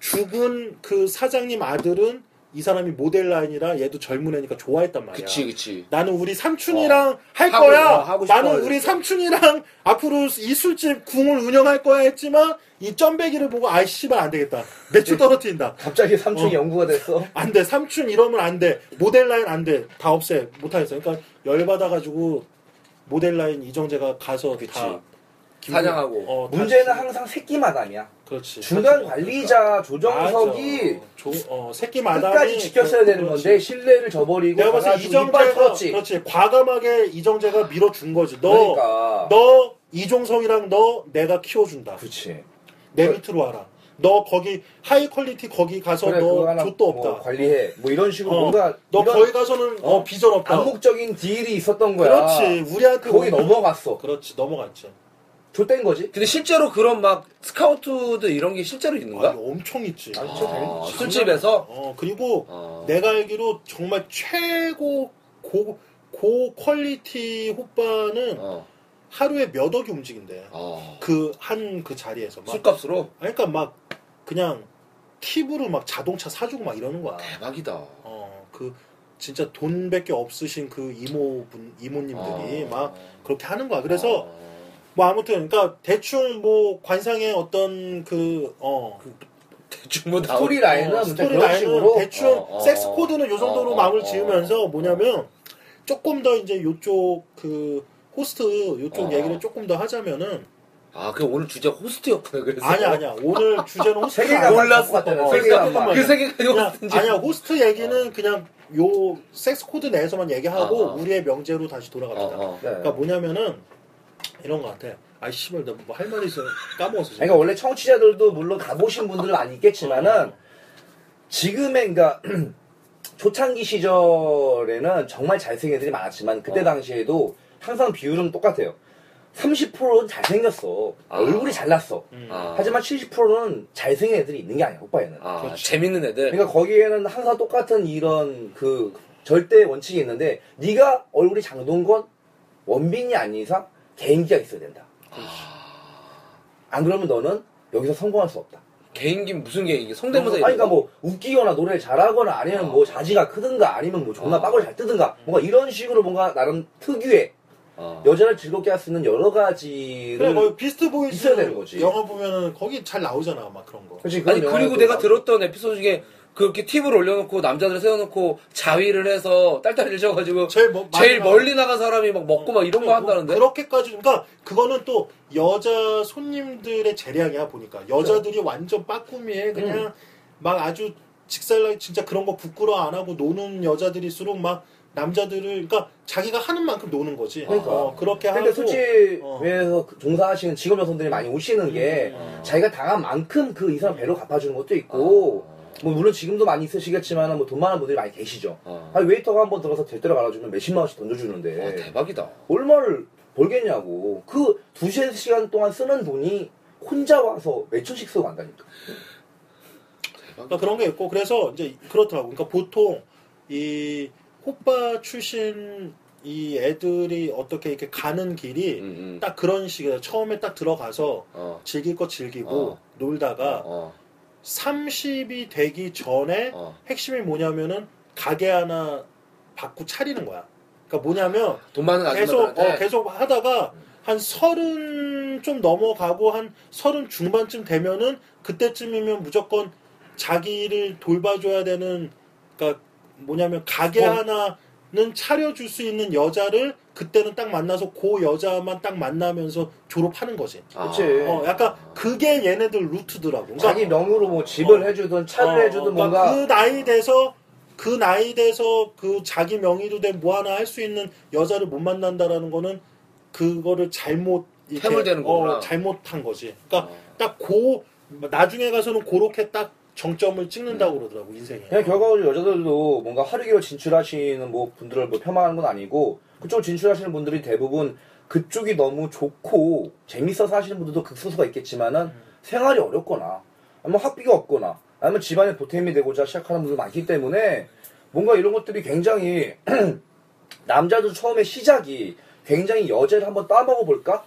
죽은 그 사장님 아들은 이 사람이 모델 라인이라 얘도 젊은 애니까 좋아했단 말이야
그치, 그치.
나는 우리 삼촌이랑 할
하고,
거야.
어, 하고 싶어
나는
가지고.
우리 삼촌이랑 앞으로 이 술집 궁을 운영할 거야 했지만 이 점배기를 보고 아이 씨발 안 되겠다. 매출 떨어뜨린다.
갑자기 삼촌이 연구가 됐어
안 돼. 삼촌 이러면 안 돼. 모델 라인 안 돼. 다 없애. 못 하겠어. 그러니까 열 받아 가지고 모델 라인 이정재가 가서 다 김-
사냥하고.
어, 다
문제는
지-
항상 새끼 마담이야
그렇지.
중간 관리자 조정석이
그러니까. 맞아. 조, 어, 새끼 마담이
끝까지 지켰어야 되는
그렇지.
건데 신뢰를 저버리고
내가 봤을 때
가가지고 이빨
이정재가
털었지
그렇지. 과감하게 이정재가 밀어준 거지. 너
그러니까
너 이종성이랑 너 내가 키워준다.
그렇지
내 밑으로 와라. 너 거기 하이 퀄리티 거기 가서
그래, 그거
너
하나
족도
뭐
없다.
관리해 뭐 이런 식으로
어,
뭔가
너
이런
거기 가서는 어, 비전 없다.
암묵적인 딜이 있었던 거야
그렇지. 우리한테
거기
오면-
넘어갔어
그렇지 넘어갔지.
좆된 거지
근데 실제로 그런 막 스카우트들 이런 게 실제로
아,
있는가?
엄청 있지.
아, 진짜
아,
된-
술집에서?
어 그리고
어.
내가 알기로 정말 최고 고, 고 퀄리티 호빠는
어.
하루에 몇 억이 움직인대.
어.
그 한 그 자리에서 막.
술값으로?
그러니까 막 그냥 팁으로 막 자동차 사주고 막 이러는 거야.
대박이다.
어 그 진짜 돈밖에 없으신 그 이모분 이모님들이
아.
어.
막 그렇게 하는 거야. 그래서
어.
뭐 아무튼 그러니까 대충 뭐 관상의 어떤 그어
대충 뭐 나오
스토리 라인은 진짜
어, 스토리
그런
라인은
식으로 네.
대충
어, 어,
섹스
어.
코드는 요 정도로
어,
마음을
어,
지으면서
어.
뭐냐면 조금 더 이제 요쪽 그 호스트 요쪽
어.
얘기를 조금 더 하자면은
아, 그 오늘 주제 호스트였구나, 그래서. 뭐
아니야 아니야 오늘 주제는 호스트
세계가
몰랐어.
같잖아
어,
세계가
잠깐만.
그 세계까지
그냥
호스트인지.
아니야 호스트 얘기는 그냥 요 섹스 코드 내에서만 얘기하고
어, 어.
우리의 명제로 다시
어,
돌아갑니다.
어.
그러니까 뭐냐면은 이런 것 같아. 아이 씨발 나 뭐 할 말이 있어 까먹었어. 지금.
그러니까 원래 청취자들도 물론 가보신 분들은 아니겠지만은 지금의 그러니까 초창기 시절에는 정말 잘생긴 애들이 많았지만 그때
어.
당시에도 항상 비율은 똑같아요. 30%는 잘생겼어.
아.
얼굴이 잘났어.
음.
아.
하지만 70%는 잘생긴 애들이 있는 게 아니야, 오빠에는.
아,
그렇지.
재밌는 애들.
그러니까 거기에는 항상 똑같은 이런 그 절대 원칙이 있는데 네가 얼굴이 장동건 원빈이 아닌 이상 개인기가 있어야 된다. 안 그러면 너는 여기서 성공할 수 없다.
개인기 무슨 개인기? 성대모사
아니,
이런
그러니까
거. 아.
뭐 웃기거나 노래를 잘하거나 아니면 뭐 자지가 크든가 아니면 뭐 존나
어.
빠골 잘 뜨든가 뭔가 이런 식으로 뭔가 나름 특유의
아.
어.
여자를 즐겁게 할 수 있는 여러 가지를
그래 뭐 비스트 보이즈
있어야 되는 거지.
영화 보면은 거기 잘 나오잖아 막 그런 거.
그렇지, 그런
아니 그리고
영화도
내가
나-
들었던 에피소드 중에 그렇게 팁을 올려놓고 남자들을 세워놓고 자위를 해서 딸딸 쳐가지고
제일 뭐-
제일
마지막-
멀리 나간 사람이 막 먹고 막 이런 거
그래, 뭐
한다는데
그렇게까지 그러니까 그거는 또 여자 손님들의 재량이야 보니까 여자들이 완전 빠꾸미에 그냥 막 아주 직살나 진짜 그런 거 부끄러워 안 하고 노는 여자들일수록 막 남자들을 그러니까 자기가 하는 만큼 노는 거지.
그러니까.
어, 그렇게 하고
근데
어.
수치에서 그 종사하시는 직업 여성들이 많이 오시는 게
음.
자기가 당한 만큼 그 이상 배로 갚아주는 것도 있고
아.
뭐 물론 지금도 많이 있으시겠지만 뭐 돈 많은 분들이 많이 계시죠.
어.
아니 웨이터가 한 번 들어서 제대로 갈아주면 몇십만 원씩 던져주는데
어,
와, 대박이다
얼마를 벌겠냐고 그 두세 시간 동안 쓰는 돈이 혼자 와서 몇 천씩 쓰고 간다니까.
그러니까 그런 게 있고 그래서 이제 그렇더라고. 그러니까 보통 이 호빠 출신 이 애들이 어떻게 이렇게 가는 길이
음, 음.
딱 그런 식이에요. 처음에 딱 들어가서
어.
즐길 거 즐기고
어.
놀다가
어.
30이 되기 전에
어.
핵심이 뭐냐면은 가게 하나 받고 차리는 거야. 그러니까 뭐냐면
돈 많은
계속
아줌마들한테
어, 계속 하다가 한 서른 좀 넘어가고 한 서른 중반쯤 되면은 그때쯤이면 무조건 자기를 돌봐줘야 되는 그러니까 뭐냐면 가게
어.
하나는 차려줄 수 있는 여자를 그때는 딱 만나서 그 여자만 딱 만나면서 졸업하는 거지.
아,
그치.
어, 약간 그게 얘네들 루트더라고. 그러니까
자기 명으로 뭐 집을
어.
해주든 차를 해주든
그러니까
뭔가
그 나이 돼서 그 나이 돼서 그 자기 명의로 된 뭐 하나 할 수 있는 여자를 못 만난다라는 거는 그거를 잘못 이렇게,
퇴물되는 거구나.
어, 잘못한 거지. 그러니까 딱 고 나중에 가서는 그렇게 딱 정점을
음.
찍는다고 그러더라고 인생에.
그냥 결과적으로 여자들도 뭔가 하루기로 진출하시는 뭐 분들을 뭐 폄하하는 건 아니고 그쪽 진출하시는 분들이 대부분 그쪽이 너무 좋고 재밌어서 하시는 분들도 그 극소수가 있겠지만은 생활이 어렵거나 아니면 학비가 없거나 아니면 집안의 보탬이 되고자 시작하는 분들 많기 때문에 뭔가 이런 것들이 굉장히 남자도 처음에 시작이 굉장히 여자를 한번 따먹어 볼까?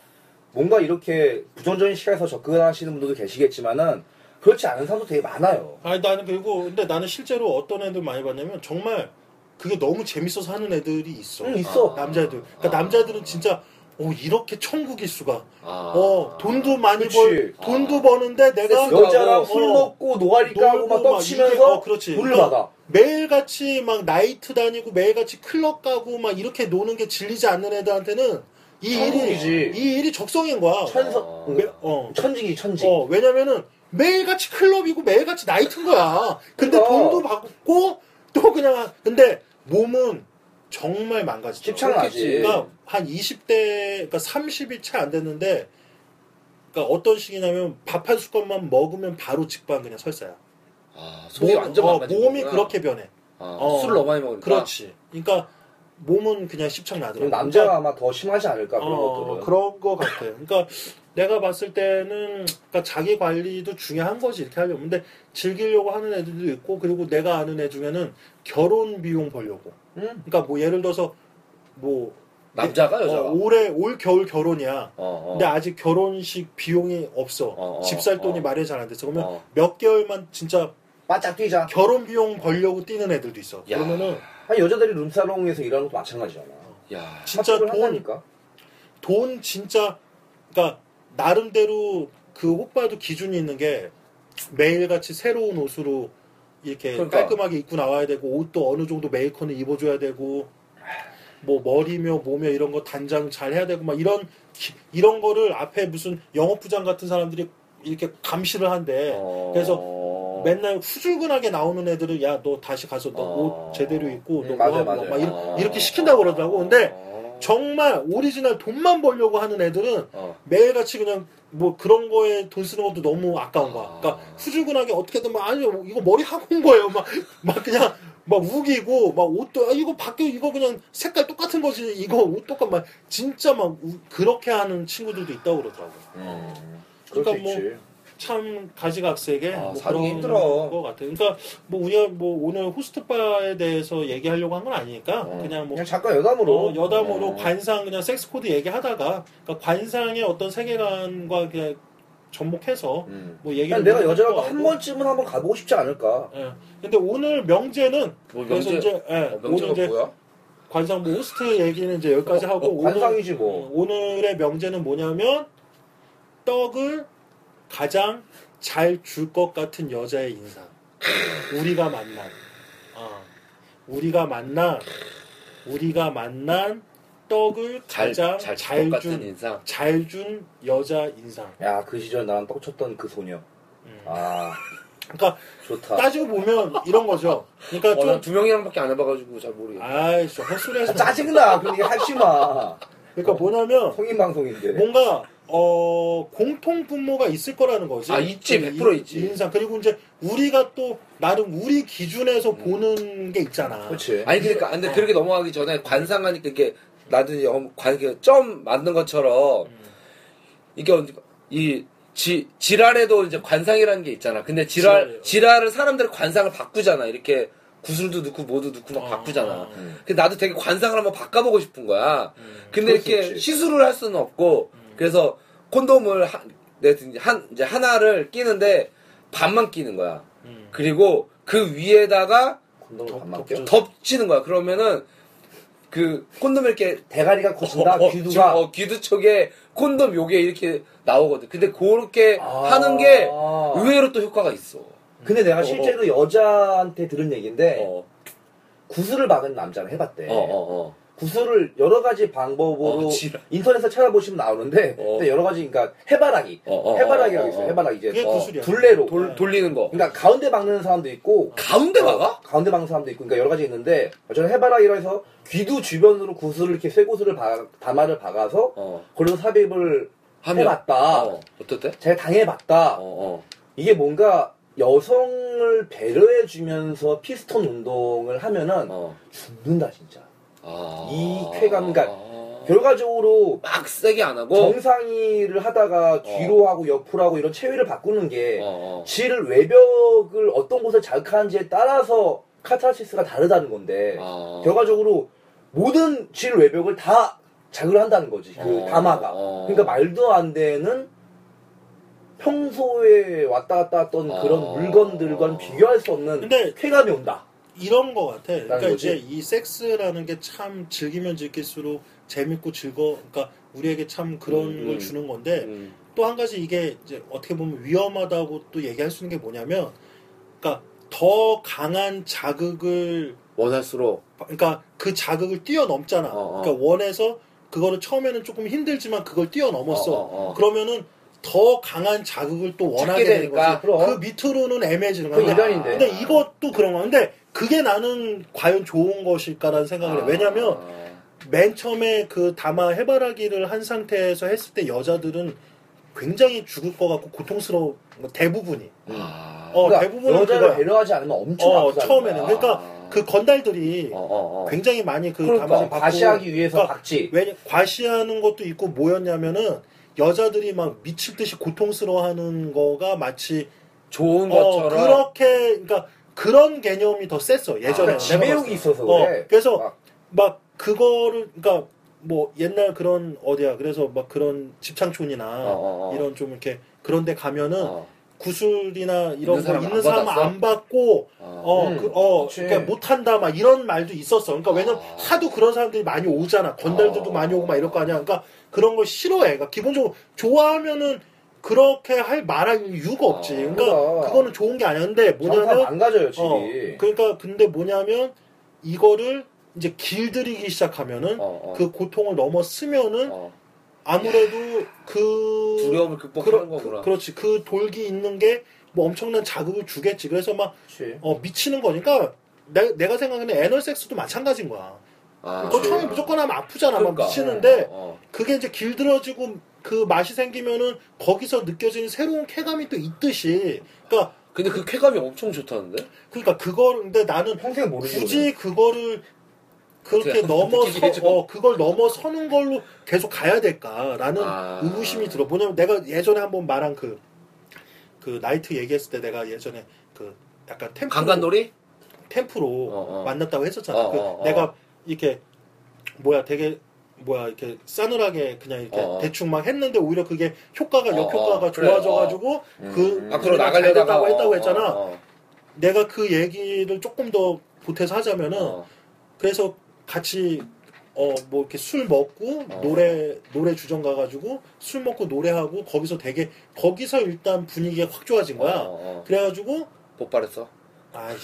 뭔가 이렇게 부정적인 시각에서 접근하시는 분들도 계시겠지만은 그렇지 않은 사람도 되게 많아요.
아니 나는 그리고 근데 나는 실제로 어떤 애들 많이 봤냐면 정말 그게 너무 재밌어서 하는 애들이 있어.
응, 있어. 아.
남자들. 그러니까 남자들은 진짜 어 이렇게 천국일 수가.
아.
어 돈도 많이
그치.
벌 돈도 버는데 내가
세수도
여자랑
어,
술 먹고 노가리
놀고
까고 막
막 이게-
떡치면서
어, 그렇지.
물을
그러니까
받아.
매일같이 막 나이트 다니고 매일같이 클럽 가고 막 이렇게 노는 게 질리지 않는 애들한테는 이 일이
천국이지.
이 일이 적성인 거야.
천서
어.
매- 어.
그 천직이 천직.
어, 왜냐면은 매일같이 클럽이고 매일같이 나이트인 거야. 근데
그러니까.
돈도 받고 또 그냥 근데 몸은 정말 망가지죠.
집착 나지.
예.
그러니까 한 20대, 그러니까 30이 채 안 됐는데, 그러니까 어떤 식이냐면 밥 한 숟갈만 먹으면 바로 직방 그냥 설사야.
아,
몸이 완전
어,
망가진
몸이
거구나.
그렇게 변해.
아.
어.
술을 너무 많이 먹으니까
그렇지. 그러니까 몸은 그냥 십창 나더라고.
그럼 남자가 아마 더 심하지 않을까 그런
그러니까. 어,
것들은.
그런 거 같아. 그러니까 내가 봤을 때는 그러니까 자기 관리도 중요한 거지 이렇게 하려면 근데 즐기려고 하는 애들도 있고 그리고 내가 아는 애 중에는 결혼 비용 벌려고.
음.
그러니까 뭐 예를 들어서 뭐
남자가 여자가
어, 올해 올 겨울 결혼이야.
어, 어.
근데 아직 결혼식 비용이 없어.
어, 어,
집 살 돈이
어.
마련이 잘 안 됐어. 그러면
어.
몇 개월만 진짜
바짝 뛰자.
결혼 비용 벌려고 뛰는 애들도 있어.
야.
그러면은
아니, 여자들이 룸사롱에서 일하는 것도 마찬가지잖아.
야.
진짜
합숙을
돈
한다니까.
돈 진짜 그러니까 나름대로 그 호빠도 기준이 있는 게 매일같이 새로운 옷으로 이렇게
그러니까.
깔끔하게 입고 나와야 되고 옷도 어느 정도 메이커는 입어줘야 되고 뭐 머리며 몸며 이런 거 단장 잘 해야 되고 막 이런 기- 이런 거를 앞에 무슨 영업부장 같은 사람들이 이렇게 감시를 한대
어.
네. 그래서
아.
맨날 후줄근하게 나오는 애들을 야 너 다시 가서 너 옷
어.
제대로 입고 너
음, 맞아요,
뭐 하고
맞아요.
막 이런-
어.
이렇게 시킨다고 그러더라고 근데
어.
정말 오리지널 돈만 벌려고 하는 애들은
어.
매일같이 그냥 뭐 그런 거에 돈 쓰는 것도 너무 아까운 거야. 그러니까
아.
후줄근하게 어떻게든 막 아니 이거 머리 하고 온 거예요. 막 막 그냥 막 우기고 막 옷도 아 이거 밖에 이거 그냥 색깔 똑같은 거지 이거 옷 똑같 막 진짜 막 우- 그렇게 하는 친구들도 있다고 그러더라고.
음.
그럴
그러니까
수
뭐-
있지.
참 가지각색의
아,
뭐
사정이
그런
힘들어.
거 같아. 요 그러니까 뭐 우리가 뭐 오늘 호스트바에 대해서 얘기하려고 한 건 아니니까 그냥 뭐
네. 그냥 잠깐 여담으로. 네.
어, 여담으로 관상 그냥 섹스 코드 얘기하다가 그러니까 관상의 어떤 세계관과 그냥 접목해서
음.
뭐 얘기를 어,
그냥 내가
좀
여자라고
하고.
한 번쯤은 한번 가보고 싶지 않을까.
예. 근데 오늘 명제는
뭐
그래서
명제-
이제 예,
어,
오늘
명제가
이제
뭐야?
관상 뭐 호스트 얘기는 이제 여기까지 하고
어, 관상이지 뭐.
오늘, 오늘의 명제는 뭐냐면 떡을 가장 잘 줄 것 같은 여자의 인상. 우리가 만난. 어. 우리가 만난 우리가 만난 떡을 가장
잘잘
잘
같은
준
인상.
잘 준 여자 인상.
야 그 시절 나랑 떡 쳤던 그 소녀.
음.
아
그러니까
좋다.
따지고 보면 이런 거죠. 그러니까
어,
좀
난두 명이랑밖에 안 해봐가지고 잘 모르겠어.
아이씨 헛소리하지
아,
마.
짜증나. 그런 얘기 하지 마.
그러니까 뭐냐면
성인
네.
방송인데.
뭔가 어 공통 분모가 있을 거라는 거지. 그
아, 있지, 100% 있지.
인상 그리고 이제 우리가 또 나름 우리 기준에서 보는 게 있잖아.
그렇지.
아니 음. 그러니까
네.
근데 그렇게 넘어가기 전에 관상하니까 이게 나도 이제 어, 관 이렇게 점 맞는 것처럼
음.
이게 언- 이 지, 지랄에도 이제 관상이라는 게 있잖아. 근데 지랄
지랄이요.
지랄을 사람들의 관상을 바꾸잖아. 이렇게 구슬도 넣고 뭐도 넣고 막
아,
바꾸잖아.
아.
근데 나도 되게 관상을 한번 바꿔보고 싶은
음.
거야. 근데
그럴 수
이렇게
있지.
시술을 할 수는 없고 그래서 콘돔을 한, 내 등- 한 이제 하나를 끼는데 반만 끼는 거야.
음.
그리고 그 위에다가
콘돔을 안
덥-
맡겨.
덮치는 거야. 그러면은 그 콘돔 이렇게
대가리가
어,
고친다.
어, 지금,
귀두가.
어, 귀두 쪽에 콘돔 요게 이렇게 나오거든. 근데 그렇게 하는 게
아.
의외로 또 효과가 있어.
근데 내가 실제로 여자한테 들은 얘기인데
어,
구슬을 박은 남자를 해봤대.
어, 어, 어.
구슬을 여러 가지 방법으로
어, 지랄.
인터넷에 찾아보시면 나오는데
어.
근데 여러 가지 그러니까 해바라기,
어, 어, 어,
해바라기라고
어,
있어요.
어.
해바라기 이제
그게
어,
구슬이야.
둘레로.
돌, 돌리는 거.
그러니까 가운데 박는 사람도 있고
가운데 막아?
어, 가운데 박는 사람도 있고 그러니까 여러 가지 있는데 저는 해바라기라 해서 귀두 주변으로 구슬을 이렇게 쇠구슬을 박- 다마를 박아서
어.
걸로 삽입을
하면.
해봤다.
어, 어떻대?
제가 당해봤다.
어, 어.
이게 뭔가 여성을 배려해주면서 피스톤 운동을 하면은
어.
죽는다 진짜.
아.
이 쾌감감.
아.
결과적으로
막 세게 안 하고.
정상이를 하다가 뒤로 하고 옆으로 하고 이런 체위를 바꾸는 게
어, 어.
질 외벽을 어떤 곳을 자극하는지에 따라서 카타르시스가 다르다는 건데
아.
결과적으로 모든 질 외벽을 다 자극을 한다는 거지 그
어.
담화가
어.
그러니까 말도 안 되는 평소에 왔다 갔다 했던
어.
그런 물건들과는 비교할 수 없는
근데
쾌감이 온다
이런 거 같아. 그러니까
라는 거지?
이제 이 섹스라는 게 참 즐기면 즐길수록 재밌고 즐거. 그러니까 우리에게 참 그런
음, 음.
걸 주는 건데
음.
또 한 가지 이게 이제 어떻게 보면 위험하다고 또 얘기할 수 있는 게 뭐냐면, 그러니까 더 강한 자극을
원할수록.
그러니까 그 자극을 뛰어넘잖아.
어, 어.
그러니까 원에서 그거를 처음에는 조금 힘들지만 그걸 뛰어넘었어.
어, 어, 어.
그러면은 더 강한 자극을 또 원하게
찾게
되는
되니까,
거지. 그
그럼.
밑으로는 애매해지는
그
거야. 근데-
인간인데
근데 이것도 그런 거야. 근데 그게 나는 과연 좋은 것일까라는
아.
생각을 해. 왜냐면 맨 처음에 그 다마 해바라기를 한 상태에서 했을 때 여자들은 굉장히 죽을 것 같고 고통스러운 거 대부분이.
아.
어,
그러니까
대부분은
여자를
그거야.
배려하지 않으면 엄청
어,
아프다
처음에는. 그러니까
아.
그 건달들이
어, 어, 어.
굉장히 많이 그
그러니까,
담화를 받고
과시하기 위해서
그러니까
박지
왜냐 과시하는 것도 있고 뭐였냐면은 여자들이 막 미칠 듯이 고통스러워하는 거가 마치
좋은
어,
것처럼. 아,
그렇게 그러니까 그런 개념이 더 셌어 예전에
그러니까 지배욕이 있어서 그래
어, 그래서
막.
막 그거를 그러니까 뭐 옛날 그런 어디야 그래서 막 그런 집창촌이나
어, 어, 어.
이런 좀 이렇게 그런데 가면은
어.
구슬이나
있는
이런 거
사람은
있는
안
사람은
받았어?
안 받고
어.
어,
음,
그, 어,
그치.
그러니까 못한다, 막 이런 말도 있었어. 그러니까 왜냐면
아.
하도 그런 사람들이 많이 오잖아. 건달들도
아.
많이 오고 막 이럴 거 아니야. 그러니까 그런 걸 싫어해. 그러니까 기본적으로 좋아하면은 그렇게 할 말할 이유가 없지.
아.
그러니까
그럼.
그거는 좋은 게 아니었는데
정상
뭐냐면,
망가져요 질이
어, 그러니까 근데 뭐냐면 이거를 이제 길들이기 시작하면은
어, 어.
그 고통을 넘어서면은
어.
아무래도 그
두려움을 극복하는
그러-
거구나.
그, 그렇지. 그 돌기 있는 게 뭐 엄청난 자극을 주겠지. 그래서 막
그치.
어, 미치는 거니까 내, 내가 생각하는 애널 섹스도 마찬가지인 거야.
아.
그거 처음에 무조건 하면 아프잖아.
그러니까.
막 미치는데
어, 어.
그게 이제 길들어지고 그 맛이 생기면은 거기서 느껴지는 새로운 쾌감이 또 있듯이 그러니까
근데 그 쾌감이 엄청 좋다는데?
그러니까 그걸 근데 나는
평생 모르지
굳이 그거를 그렇게
어떻게
넘어서
느끼게 해줘.
어, 그걸 넘어서는 걸로 계속 가야 될까라는
아.
의구심이 들어. 뭐냐면 내가 예전에 한번 말한 그 그 나이트 얘기했을 때 내가 예전에 그 약간 템포
강간놀이?
템프로
어, 어.
만났다고 했었잖아.
어,
그
어, 어.
내가 이렇게 뭐야 되게 뭐야 이렇게 싸늘하게 그냥 이렇게
어, 어.
대충 막 했는데 오히려 그게 효과가
어,
역효과가
어, 그래,
좋아져가지고 그
음.
앞으로
우리가 잘
나가려다가
됐다고 했다고
어,
했잖아.
어,
내가 그 얘기를 조금 더 보태서 하자면은
어.
그래서 같이 어 뭐 이렇게 술 먹고
어.
노래 노래 주점 가가지고 술 먹고 노래하고 거기서 되게 거기서 일단 분위기가 확 좋아진 거야.
어, 어.
그래가지고
복발했어.
아이씨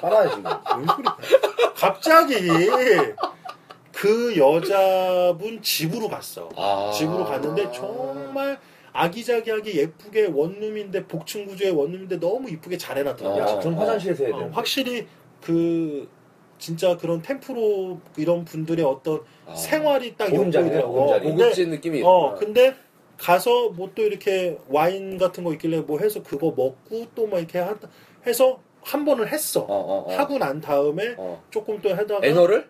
빨아야지. 이거.
뭔 소리야? 갑자기 그 여자분 집으로 갔어.
아.
집으로 갔는데 정말 아기자기하게 예쁘게 원룸인데 복층 구조의 원룸인데 너무 이쁘게 잘 해놨더라고요.
야,
어,
그럼
어.
화장실에서 해야 돼.
어, 확실히 그 진짜 그런 템프로 이런 분들의 어떤
아.
생활이 딱
보금자리,
엿보이더라고.
보금자리.
근데,
고급진 느낌이
어,
있어.
근데 가서 뭐 또 이렇게 와인 같은 거 있길래 뭐 해서 그거 먹고 또 막 이렇게 하- 해서 한 번을 했어.
어, 어, 어.
하고 난 다음에
어.
조금 또 하다가
애너를?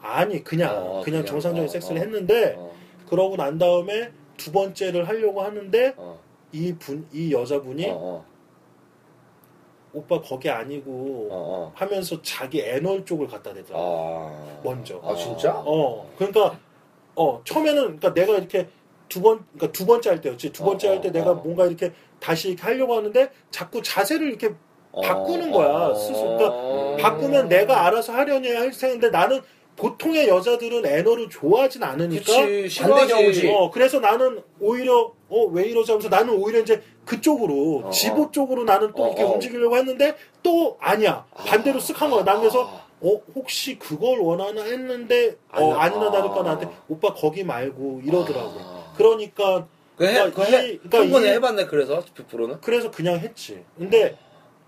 아니 그냥
어,
그냥,
그냥.
정상적인
어,
섹스를
어.
했는데
어,
그러고 난 다음에 두 번째를 하려고 하는데
어,
이 분 이 여자분이
어, 어,
오빠 거기 아니고
어, 어.
하면서 자기 애널 쪽을 갖다 대더라고.
아.
먼저.
아, 진짜?
어 그러니까 어 처음에는 그러니까 내가 이렇게 두 번 그러니까 두 번째 할 때였지 두
어,
번째 할 때
어,
내가
어.
뭔가 이렇게 다시 이렇게 하려고 하는데 자꾸 자세를 이렇게
음. 어,
바꾸는 거야, 스스로.
그러니까
바꾸면 내가 알아서 하려니 할 텐데 나는 보통의 여자들은 애널을 좋아하진 않으니까
그치
반대
싫어하지.
경우지.
어, 그래서 나는 오히려, 어, 왜 이러지 하면서 나는 오히려 이제 그쪽으로,
어,
집오 쪽으로 나는 또
어,
이렇게
어.
움직이려고 했는데 또 아니야. 반대로 쓱 한 거야. 난 그래서,
아.
어, 혹시 그걸 원하나 했는데, 어,
아니야.
아니나 다를까
아.
나한테, 오빠 거기 말고 이러더라고.
아.
그러니까,
그 해,
그러니까
그 해,
이- 그러니까
한 번에
이-
해봤네 그래서 빅프로는
그래서 그냥 했지. 근데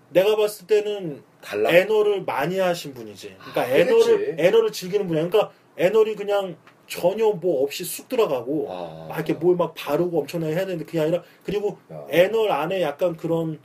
내가 봤을 때는
달라. 아.
애너를 많이 하신 분이지. 그러니까
그렇지.
애너를 애너를 즐기는 분이야. 그러니까 애너리 그냥 전혀 뭐 없이 쑥 들어가고
아.
막 이렇게 뭘 막 바르고 엄청나게 해야 되는데 그게 아니라 그리고
야.
애널 안에 약간 그런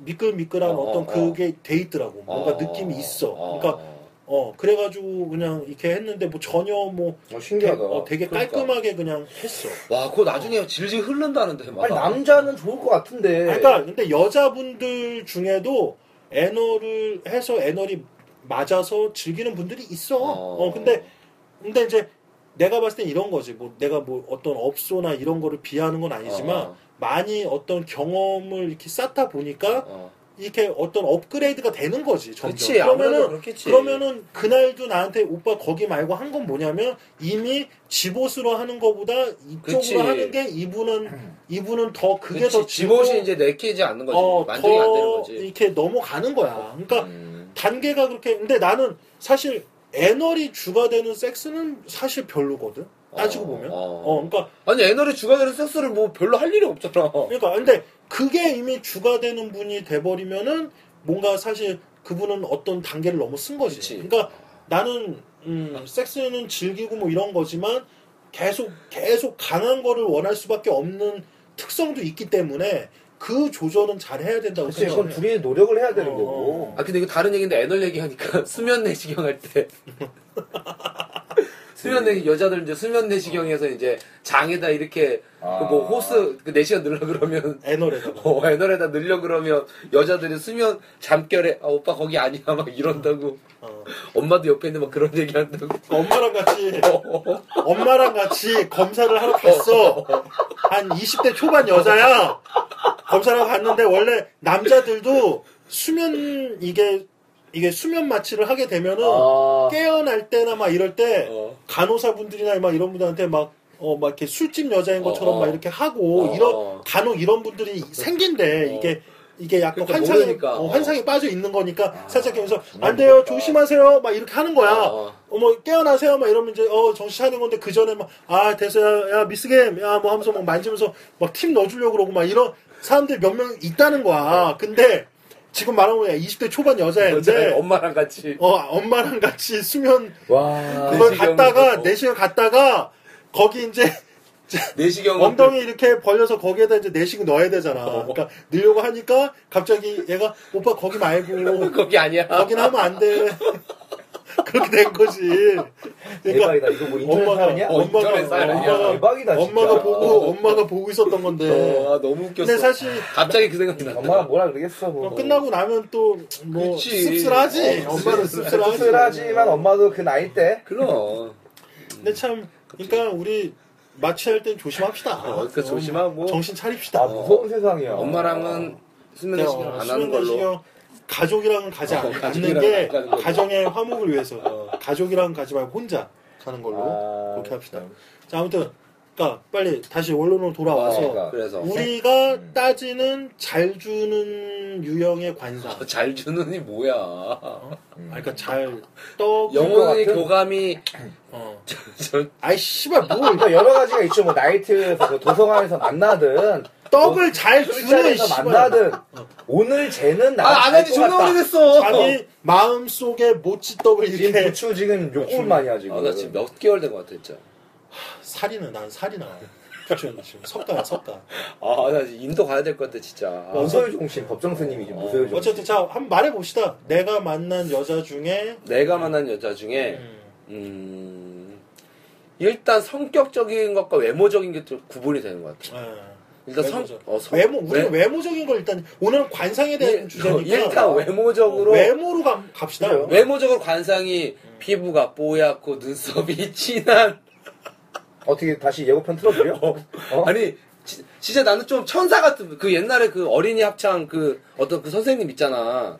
미끌미끌한
어,
어, 떤
어,
그게 돼 있더라고. 뭔가
아.
느낌이 있어.
아.
그러니까 어 그래가지고 그냥 이렇게 했는데 뭐 전혀 뭐
어,
되,
신기하다.
게
그러니까.
깔끔하게 그냥 했어.
와 그거 나중에 질질 흐른다는데 막.
아니, 남자는 좋을 것 같은데.
그러니까 근데 여자분들 중에도 애너를 해서 애너리 맞아서 즐기는 분들이 있어.
어.
어 근데 근데 이제 내가 봤을 땐 이런 거지. 뭐 내가 뭐 어떤 업소나 이런 거를 비하하는 건 아니지만
어.
많이 어떤 경험을 이렇게 쌓다 보니까
어.
이렇게 어떤 업그레이드가 되는 거지. 점점.
그렇지 아무래도 그렇겠지.
그렇죠. 그러면은 그날도 나한테 오빠 거기 말고 한 건 뭐냐면 이미 집옷으로 하는 거보다 이쪽으로
그치. 음.
하는 게 이분은 이분은 더 그게
그치,
더
집옷이
즐거워-
이제 내키지 않는 거지
어,
만족이 안 되는
더
거지.
이렇게 넘어가는 거야. 그러니까
음.
단계가 그렇게 근데 나는 사실 애널이 주가 되는 섹스는 사실 별로거든 따지고
어,
보면
어.
어, 그러니까
아니 애널이 주가되는 섹스를 뭐 별로 할 일이 없잖아.
그러니까 근데 그게 이미 주가 되는 분이 돼버리면은 뭔가 사실 그분은 어떤 단계를 넘어 쓴 거지
그치.
그러니까 나는 음, 섹스는 즐기고 뭐 이런 거지만 계속 계속 강한 거를 원할 수밖에 없는 특성도 있기 때문에 그 조절은 잘 해야 된다고
그치, 그건
생각해요.
둘이 노력을 해야 되는
어.
거고.
아 근데 이거 다른 얘기인데 애널 얘기하니까 수면 내시경 할 때. 수면 내시 여자들 이제 수면 내시경에서 이제 장에다 이렇게
아.
그뭐 호스 그 내시경 넣으려 그러면
애널에다가
어, 애널에다 넣으려 그러면 여자들이 수면 잠결에 아 오빠 거기 아니야 막 이런다고
어.
엄마도 옆에 있는데 막 그런 얘기한다고
엄마랑 같이 엄마랑 같이 검사를 하러 갔어. 한 20대 초반 여자야. 검사를 하러 갔는데 원래 남자들도 수면 이게 이게 수면 마취를 하게 되면은
아.
깨어날 때나 막 이럴 때
어.
간호사분들이나 막 이런 분들한테 막 어, 막 이렇게 술집 여자인 것처럼
어.
막 이렇게 하고,
어.
이런, 간혹 이런 분들이 생긴대.
어.
이게, 이게 약간
그러니까
환상에,
모르니까.
어,
어.
환상에 빠져 있는 거니까, 살짝 하면서,
정말
안 돼요,
무섭다.
조심하세요, 막 이렇게 하는 거야.
어.
어머 깨어나세요 막 이러면 이제 어 정신 차리는 건데 그 전에 막아 대서야 야 미스겜 야 뭐 하면서 막 만지면서 막 팀 넣어주려고 그러고 막 이런 사람들 몇 명 있다는 거야 근데 지금 말하는 거야 20대 초반
여자
여자애인데
엄마랑 같이
네. 어 엄마랑 같이 수면
와.
그걸
아, 내시경
갔다가
넣고.
내시경 갔다가 거기 이제
내시경
엉덩이 이렇게 벌려서 거기에다 이제 내시경 넣어야 되잖아 그러니까 넣으려고 하니까 갑자기 얘가 오빠 거기 말고
거기 아니야
거긴 하면 안돼 그렇게 된 거지 그러니까
대박이다. 이거 뭐 인터넷 사연이야?
어,
엄마가
인터넷 사연이야.
엄마가,
대박이다, 진짜.
엄마가 보고 엄마가 보고 있었던 건데.
어, 아, 너무 웃겼어
네. 근데 사실
갑자기 그 생각이 난다
엄마가 뭐라 그러겠어. 뭐.
끝나고 나면 또 뭐
그치.
씁쓸하지.
어,
엄마는 씁쓸하지.
쓸쓸하지만 엄마도 그 나이 때.
그럼 어,
근데 참 그러니까 우리 마취할 땐 조심합시다.
어, 그러니까 조심하고.
아, 정신 차립시다.
아, 무서운 세상이야.
어. 엄마랑- 엄마랑은
그냥,
수면 내시경
어,
안 하는
수면
걸로
내시경 가족이랑 가지 않-
어,
않는
가족이랑은
게
안 가는 걸로.
가정의 화목을 위해서 가족이랑 가지 말고 혼자 가는 걸로
아,
그렇게 합시다. 자 아무튼 그러니까 빨리 다시 원론으로 돌아와서
그러니까.
그래서
우리가 따지는 잘 주는 유형의 관상.
어, 잘 주는 이 뭐야?
아, 그러니까 잘 떠.
영혼의
같은?
교감이
어.
저
아이 씨발 뭐
그러니까 여러 가지가 있죠. 뭐 나이트에서 뭐 도서관에서 만나든
떡을 잘 주는
술자리에서
씨발.
만나든 오늘 쟤는 나랑
아안 한지
잘것
존나
같다.
오래됐어.
자기 마음 속에 모찌 떡을
지금
이렇게
부추 지금 욕을 많이 하지.
아, 나 지금 몇 개월 된 것 같아, 진짜.
살이는 난 살이 나. 부추는 지금 석가야 석가.
아, 나 지금 인도 가야 될 것 같아, 진짜.
어,
아,
어, 무소유 종신 법정 스님이지 무소유 종신.
어쨌든 자 한번 말해 봅시다. 내가 만난 여자 중에
내가 만난 여자 중에, 음, 일단 성격적인 것과 외모적인 게 좀 구분이 되는 것 같아.
예.
일단 성,
외모죠.
어, 성-
외모 우리
외-
는 외모적인 걸 일단 오늘은 관상에 대한
일-
주제니까
일단 외모적으로,
외모로 감- 갑시다.
그래요.
외모적으로 관상이 피부가 뽀얗고 눈썹이 진한,
어떻게 다시 예고편 틀어드려? 어?
아니 지- 진짜 나는 좀 천사 같은 그 옛날에 그 어린이 합창 그 어떤 그 선생님 있잖아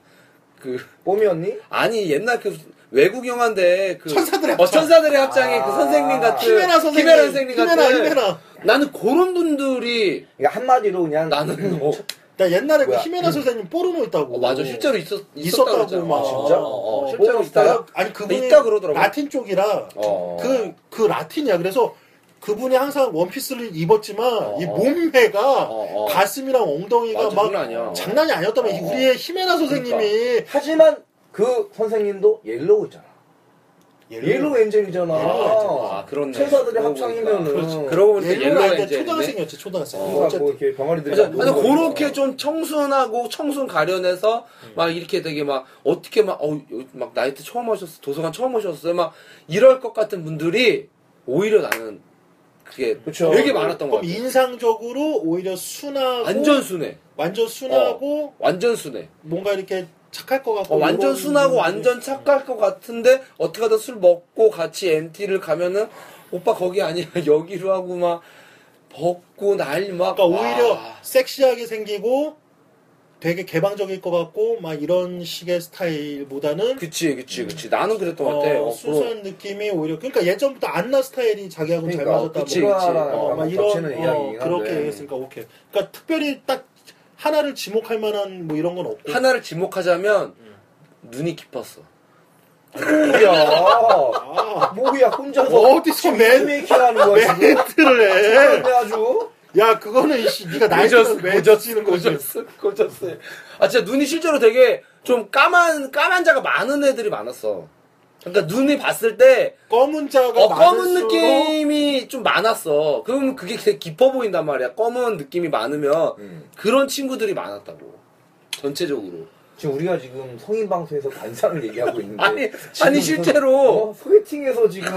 그
뽀미 언니?
아니 옛날 그 외국 영화인데 그
천사들의
어,
합창.
천사들의 합창의 그
아.
선생님 같은
히메라 선생님,
히메라 선생님 같은
히메라, 히메라.
나는 그런 분들이
그러니까 한마디로 그냥 음,
나는 어,
나 옛날에 그
뭐야?
히메나 선생님 뽀르노 있다고.
어, 맞아 실제로 있었
있었다고
있었다고 그러잖아.
막.
어,
진짜?
어,
어,
실제로
뽑았어요?
있다가
아니 그분이
있다 그러더라고.
라틴 쪽이라
어.
그, 그 라틴이야. 그래서 그분이 항상 원피스를 입었지만 이
어.
몸매가
어.
가슴이랑 엉덩이가
맞아,
막
장난 아니야.
장난이 아니었다면
어. 그러니까.
우리의 히메나 선생님이
하지만 그 선생님도 옐로우잖아.
예를-
옐로우 엔젤이잖아.
옐로우
아, 그렇네.
천사들의
그러고
합창이면은.
그렇지.
그러고 보니까
예를
옐로우
아닌데
엔젤인데
초등학생이었지 초등학생.
뭔가
어쨌든
뭐 이렇게 병아리들이.
그래서
음.
막
아니,
노는 거.
그렇게 좀 청순하고 청순 가려내서
음.
막 이렇게 되게 막 어떻게 막어막 나이트 처음 오셨어 도서관 처음 오셨어요 막 이럴 것 같은 분들이 오히려 나는 그게
그쵸.
되게 많았던 것
그럼 뭐
같아.
인상적으로 오히려 순하고
완전 순해,
완전 순하고
완전 순해.
뭔가 이렇게 착할 것 같고
어, 완전
이런
순하고
분들이-
완전 착할 것 같은데 어떻게 하다 술 먹고 같이 MT를 가면은 오빠 거기 아니라 여기로 하고 막 벗고 난리 막. 아.
그러니까 오히려
와.
섹시하게 생기고 되게 개방적일 것 같고 막 이런 식의 스타일보다는
그치 그치 그치 나는 그랬던 것 같아.
어,
어,
순수한 느낌이 오히려 그러니까 예전부터 안나 스타일이 자기하고 잘
그러니까,
맞았다
그치,
뭐.
그치.
어, 막
이런
이런 어,
이야기긴
그렇게
한데.
얘기했으니까 오케이 그러니까 특별히 딱 하나를 지목할 만한 뭐 이런 건 없고
하나를 지목하자면 눈이 깊었어.
뭐야?
아,
뭐야 혼자서
어디서 맨
메이킹 하는 거야 지금?
멘트를
근데 아주
해야 그거는 이씨 네가 나이트를 맺어지는 뭐 거지
고졌어, 고졌어. 아 진짜 눈이 실제로 되게 좀 까만 까만 자가 많은 애들이 많았어. 그러니까 눈이 봤을 때
검은 자가
어, 검은
많을수록
느낌이 좀 많았어. 그럼 그게 되게 깊어 보인단 말이야. 검은 느낌이 많으면 그런 친구들이 많았다고. 전체적으로.
지금 우리가 지금 성인 방송에서 관상을 얘기하고 있는데
아니,
지금
아니,
무슨,
실제로. 아.
어, 소개팅에서 지금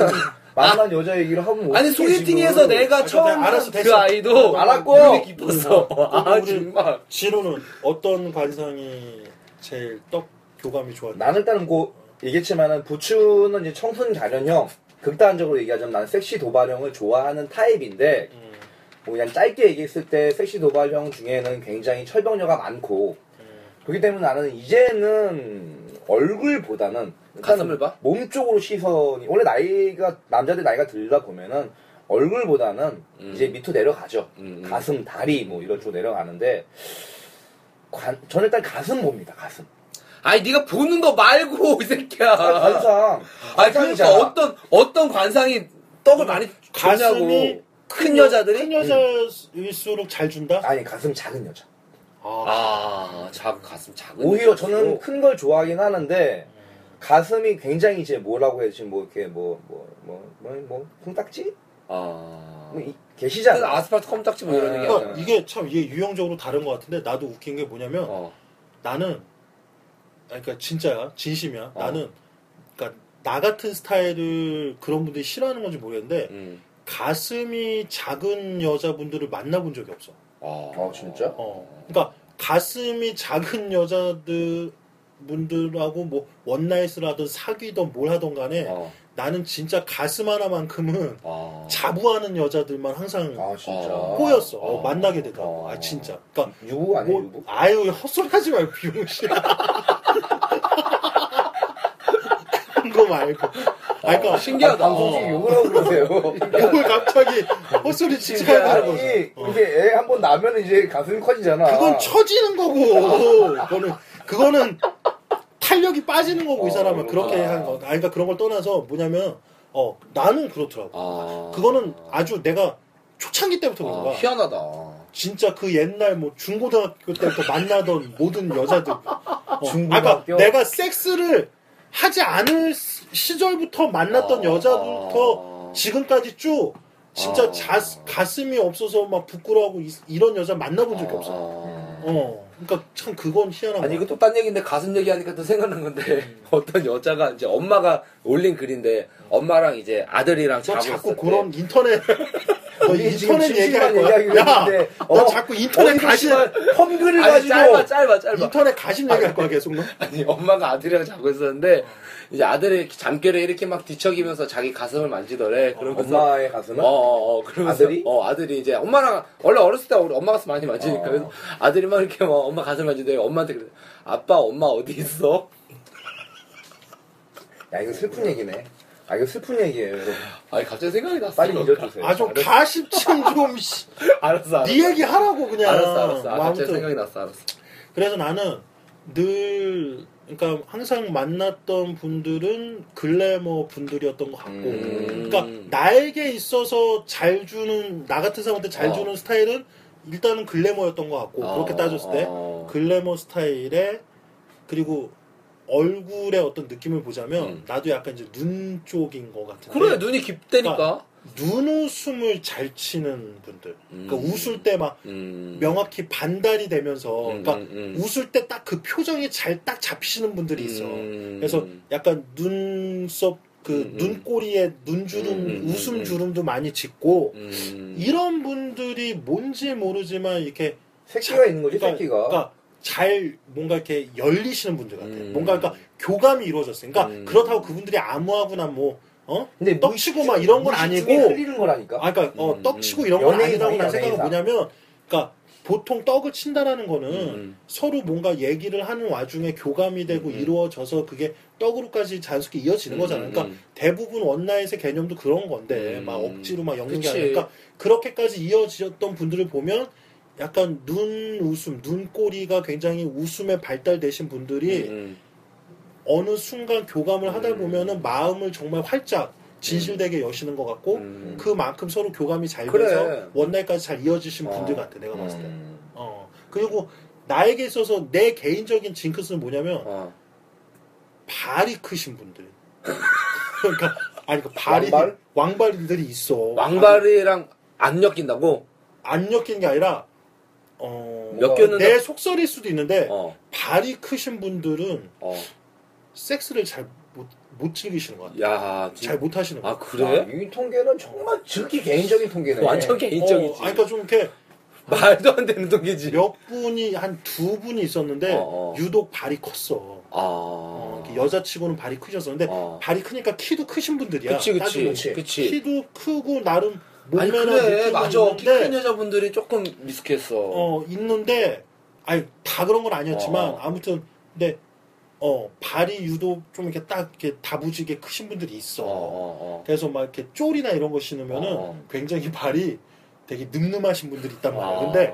만난 여자 얘기를 하면
아니
어떡해,
소개팅에서
지금.
내가
아니,
처음
근데 알았어,
알았어, 그
됐어.
아이도
알았고.
눈이 깊었어.
우리-
아 정말.
진호는 어떤 관상이 제일 떡 교감이 좋았나?
나는 일단은 고 얘기했지만은 부추는 이제 청순 가련형 극단적으로 얘기하자면 나는 섹시 도발형을 좋아하는 타입인데
음,
뭐 그냥 짧게 얘기했을 때 섹시 도발형 중에는 굉장히 철벽녀가 많고
음.
그렇기 때문에 나는 이제는 얼굴보다는 일단은
가슴을 봐?
몸 쪽으로 시선이 원래 나이가 남자들 나이가 들다 보면은 얼굴보다는 이제 밑으로 내려가죠
음, 음.
가슴 다리 뭐 이런 쪽으로 내려가는데 관- 저는 일단 가슴 봅니다 가슴
아니 네가 보는 거 말고 이 새끼야.
아, 관상
아니 그러니까
관상이잖아.
어떤 어떤 관상이 떡을 많이
가슴이
줬냐고. 큰 여자들이?
큰 여자일수록 잘 준다?
아니 가슴 작은 여자
아, 작 가슴 작은.
오히려
여자로.
저는 큰 걸 좋아하긴 하는데 가슴이 굉장히 이제 뭐라고 해야지 뭐 이렇게 뭐 뭐 뭐뭐 콩딱지
아.
뭐 이- 계시잖아
아스팔트 껌딱지 뭐 이런
아.
얘기
그러니까
하잖아.
이게 참 이게 유형적으로 다른 것 같은데 나도 웃긴 게 뭐냐면
어.
나는 아니, 그러니까 진짜야 진심이야
어.
나는 그러니까 나 같은 스타일을 그런 분들이 싫어하는 건지 모르겠는데
음.
가슴이 작은 여자분들을 만나본 적이 없어.
아.
어, 진짜?
어. 그러니까 가슴이 작은 여자들 분들하고 뭐 원나잇을 하든 사귀든 뭘 하든 간에
어.
나는 진짜 가슴 하나만큼은
아.
자부하는 여자들만 항상
어. 아 진짜
어.
꼬였어. 어,
어.
만나게 되더라고.
어.
아 진짜. 그러니까
유부 아니에요
뭐
유부
아유 헛소리 하지 말고 비용씨. 말고. 아, 그러니까
신기하다.
방송 중에 욕을 하고 그러세요.
뭘 갑자기 헛소리 진짜 해야 되는 어. 거지.
아니, 이게 애 한 번 나면 이제 가슴이 커지잖아.
그건 처지는 거고. 그거는 그거는 탄력이 빠지는 거고 이 사람은 그렇게 하는 거. 아 그러니까 그런 걸 떠나서 뭐냐면 어 나는 그렇더라고.
아.
그거는 아주 내가 초창기 때부터 그런
아,
거야.
희한하다.
진짜 그 옛날 뭐 중고등학교 때부터 만나던 모든 여자들. 어,
중고등학교?
아까 내가 섹스를 하지 않을 시- 시절부터 만났던
아.
여자부터 지금까지 쭉 진짜
아.
자, 가슴이 없어서 막 부끄러워하고 이, 런 여자 만나본 적이 없어.
아.
어. 그러니까 참 그건 희한한
아니
거야.
이거 또 딴 얘기인데 가슴 얘기하니까 또 생각난 건데 어떤 여자가 이제 엄마가 올린 글인데 엄마랑 이제 아들이랑
너
자고
자꾸
있을 때
그런 인터넷 너
우리 지금
인터넷 얘기할
심심한
거야.
얘기하기로
야,
했는데,
너
어,
자꾸 인터넷 가심
펌글을
아니, 짧아
가지고
짧아 짧아
인터넷 가심 얘기할 거야 계속 너.
아니 엄마가 아들이랑 자고
어.
있었는데 이제 아들이 잠결에 이렇게 막 뒤척이면서 자기 가슴을 만지더래 그러면서
엄마의 가슴을
어, 어, 어, 그러면서,
아들이?
어, 아들이 이제 엄마랑, 원래 어렸을 때 우리 엄마 가슴 많이
어.
만지니까. 그래서 아들이 막 이렇게 막 엄마 가슴 만지는데 엄마한테 그래. 아빠, 엄마 어디 있어?
야 이거 슬픈 얘기네. 아 이거 슬픈 얘기예요. 여러분.
아니, 갑자기 생각이 났어. 그러니까.
빨리 잊어주세요.
아 좀 가심증 좀. 씨.
알았어, 알았어.
네 얘기 하라고 그냥.
알았어, 알았어. 아,
뭐
갑자기
아무튼
생각이 났어, 알았어.
그래서 나는 늘 그러니까 항상 만났던 분들은 글래머 분들이었던 것 같고,
음.
그러니까 나에게 있어서 잘 주는 나 같은 사람한테 잘
어.
주는 스타일은 일단은 글래머였던 것 같고 그렇게
어,
따졌을 때
어.
글래머 스타일에 그리고 얼굴의 어떤 느낌을 보자면
음.
나도 약간 이제 눈 쪽인 것 같은데
그래, 눈이
그러니까
깊다니까.
눈웃음을 잘 치는 분들 그러니까
음.
웃을 때 막
음.
명확히 반달이 되면서
음,
그러니까
음, 음.
웃을 때 딱 그 표정이 잘 딱 잡히시는 분들이 있어.
음.
그래서 약간 눈썹 그
음, 음.
눈꼬리에 눈주름
음, 음, 음,
웃음
음.
주름도 많이 짓고
음.
이런 분들이 뭔지 모르지만 이렇게
새끼가 있는 거지
그러니까,
새끼가.
그러니까 잘 뭔가 이렇게 열리시는 분들 같아.
음.
뭔가 그러니까 교감이 이루어졌어. 그러니까
음.
그렇다고 그분이 아무하거나 뭐 어?
근데
떡치고 막 이런 건
무의식
아니고
중에 흘리는 거라니까.
아, 그러니까 어,
음, 음.
떡 치고 이런 건
연예인
아니라고 난
사이야,
생각은
연예인
뭐냐면, 그러니까 보통 떡을 친다라는 거는
음.
서로 뭔가 얘기를 하는 와중에 교감이 되고
음.
이루어져서 그게 떡으로까지 자연스럽게 이어지는
음,
거잖아요. 그러니까
음.
대부분 원나잇의 개념도 그런 건데
음.
막 억지로 막 엮는 게
그치.
아니라 그러니까 그렇게까지 이어지었던 분들을 보면 약간 눈 웃음, 눈꼬리가 굉장히 웃음에 발달되신 분들이
음.
어느 순간 교감을 하다
음.
보면은 마음을 정말 활짝 진실되게 여시는 것 같고
음.
그만큼 서로 교감이 잘
그래.
돼서 원날까지 잘 이어지신 분들
어.
같아 내가 봤을 때.
음.
어. 그리고 나에게 있어서 내 개인적인 징크스는 뭐냐면
어.
발이 크신 분들. 그러니까 아니 그 발이
왕발?
왕발들이 있어.
왕발이랑 안 엮인다고?
안, 안 엮인 게 아니라 어, 네.
몇 개는
내 속설일 수도 있는데
어.
발이 크신 분들은
어.
섹스를 잘 못 못 즐기시는 것 같아.
야, 진짜.
잘 못 하시는 것 같아.
아, 그래?
아, 이 통계는 정말 지극히 개인적인 통계네.
완전 개인적이지.
어, 아니, 그러니까 좀 이렇게
말도 안 되는 동기지.
몇 분이 한 두 분이 있었는데
어, 어.
유독 발이 컸어.
아.
어, 이렇게 여자치고는 발이 크셨었는데
어.
발이 크니까 키도 크신 분들이야.
그치, 그치,
따지면.
그치.
키도 크고 나름
아니,
몸매나
그래.
느낌은
맞아. 키 큰
있는데
여자분들이 조금 미숙했어.
어 있는데 아니 다 그런 건 아니었지만
어.
아무튼 근데 어 발이 유독 좀 이렇게 딱 이렇게 다부지게 크신 분들이 있어.
어, 어, 어.
그래서 막 이렇게 쫄이나 이런 거 신으면은
어.
굉장히 발이 되게 늠름하신 분들이 있단 말이야. 근데
아.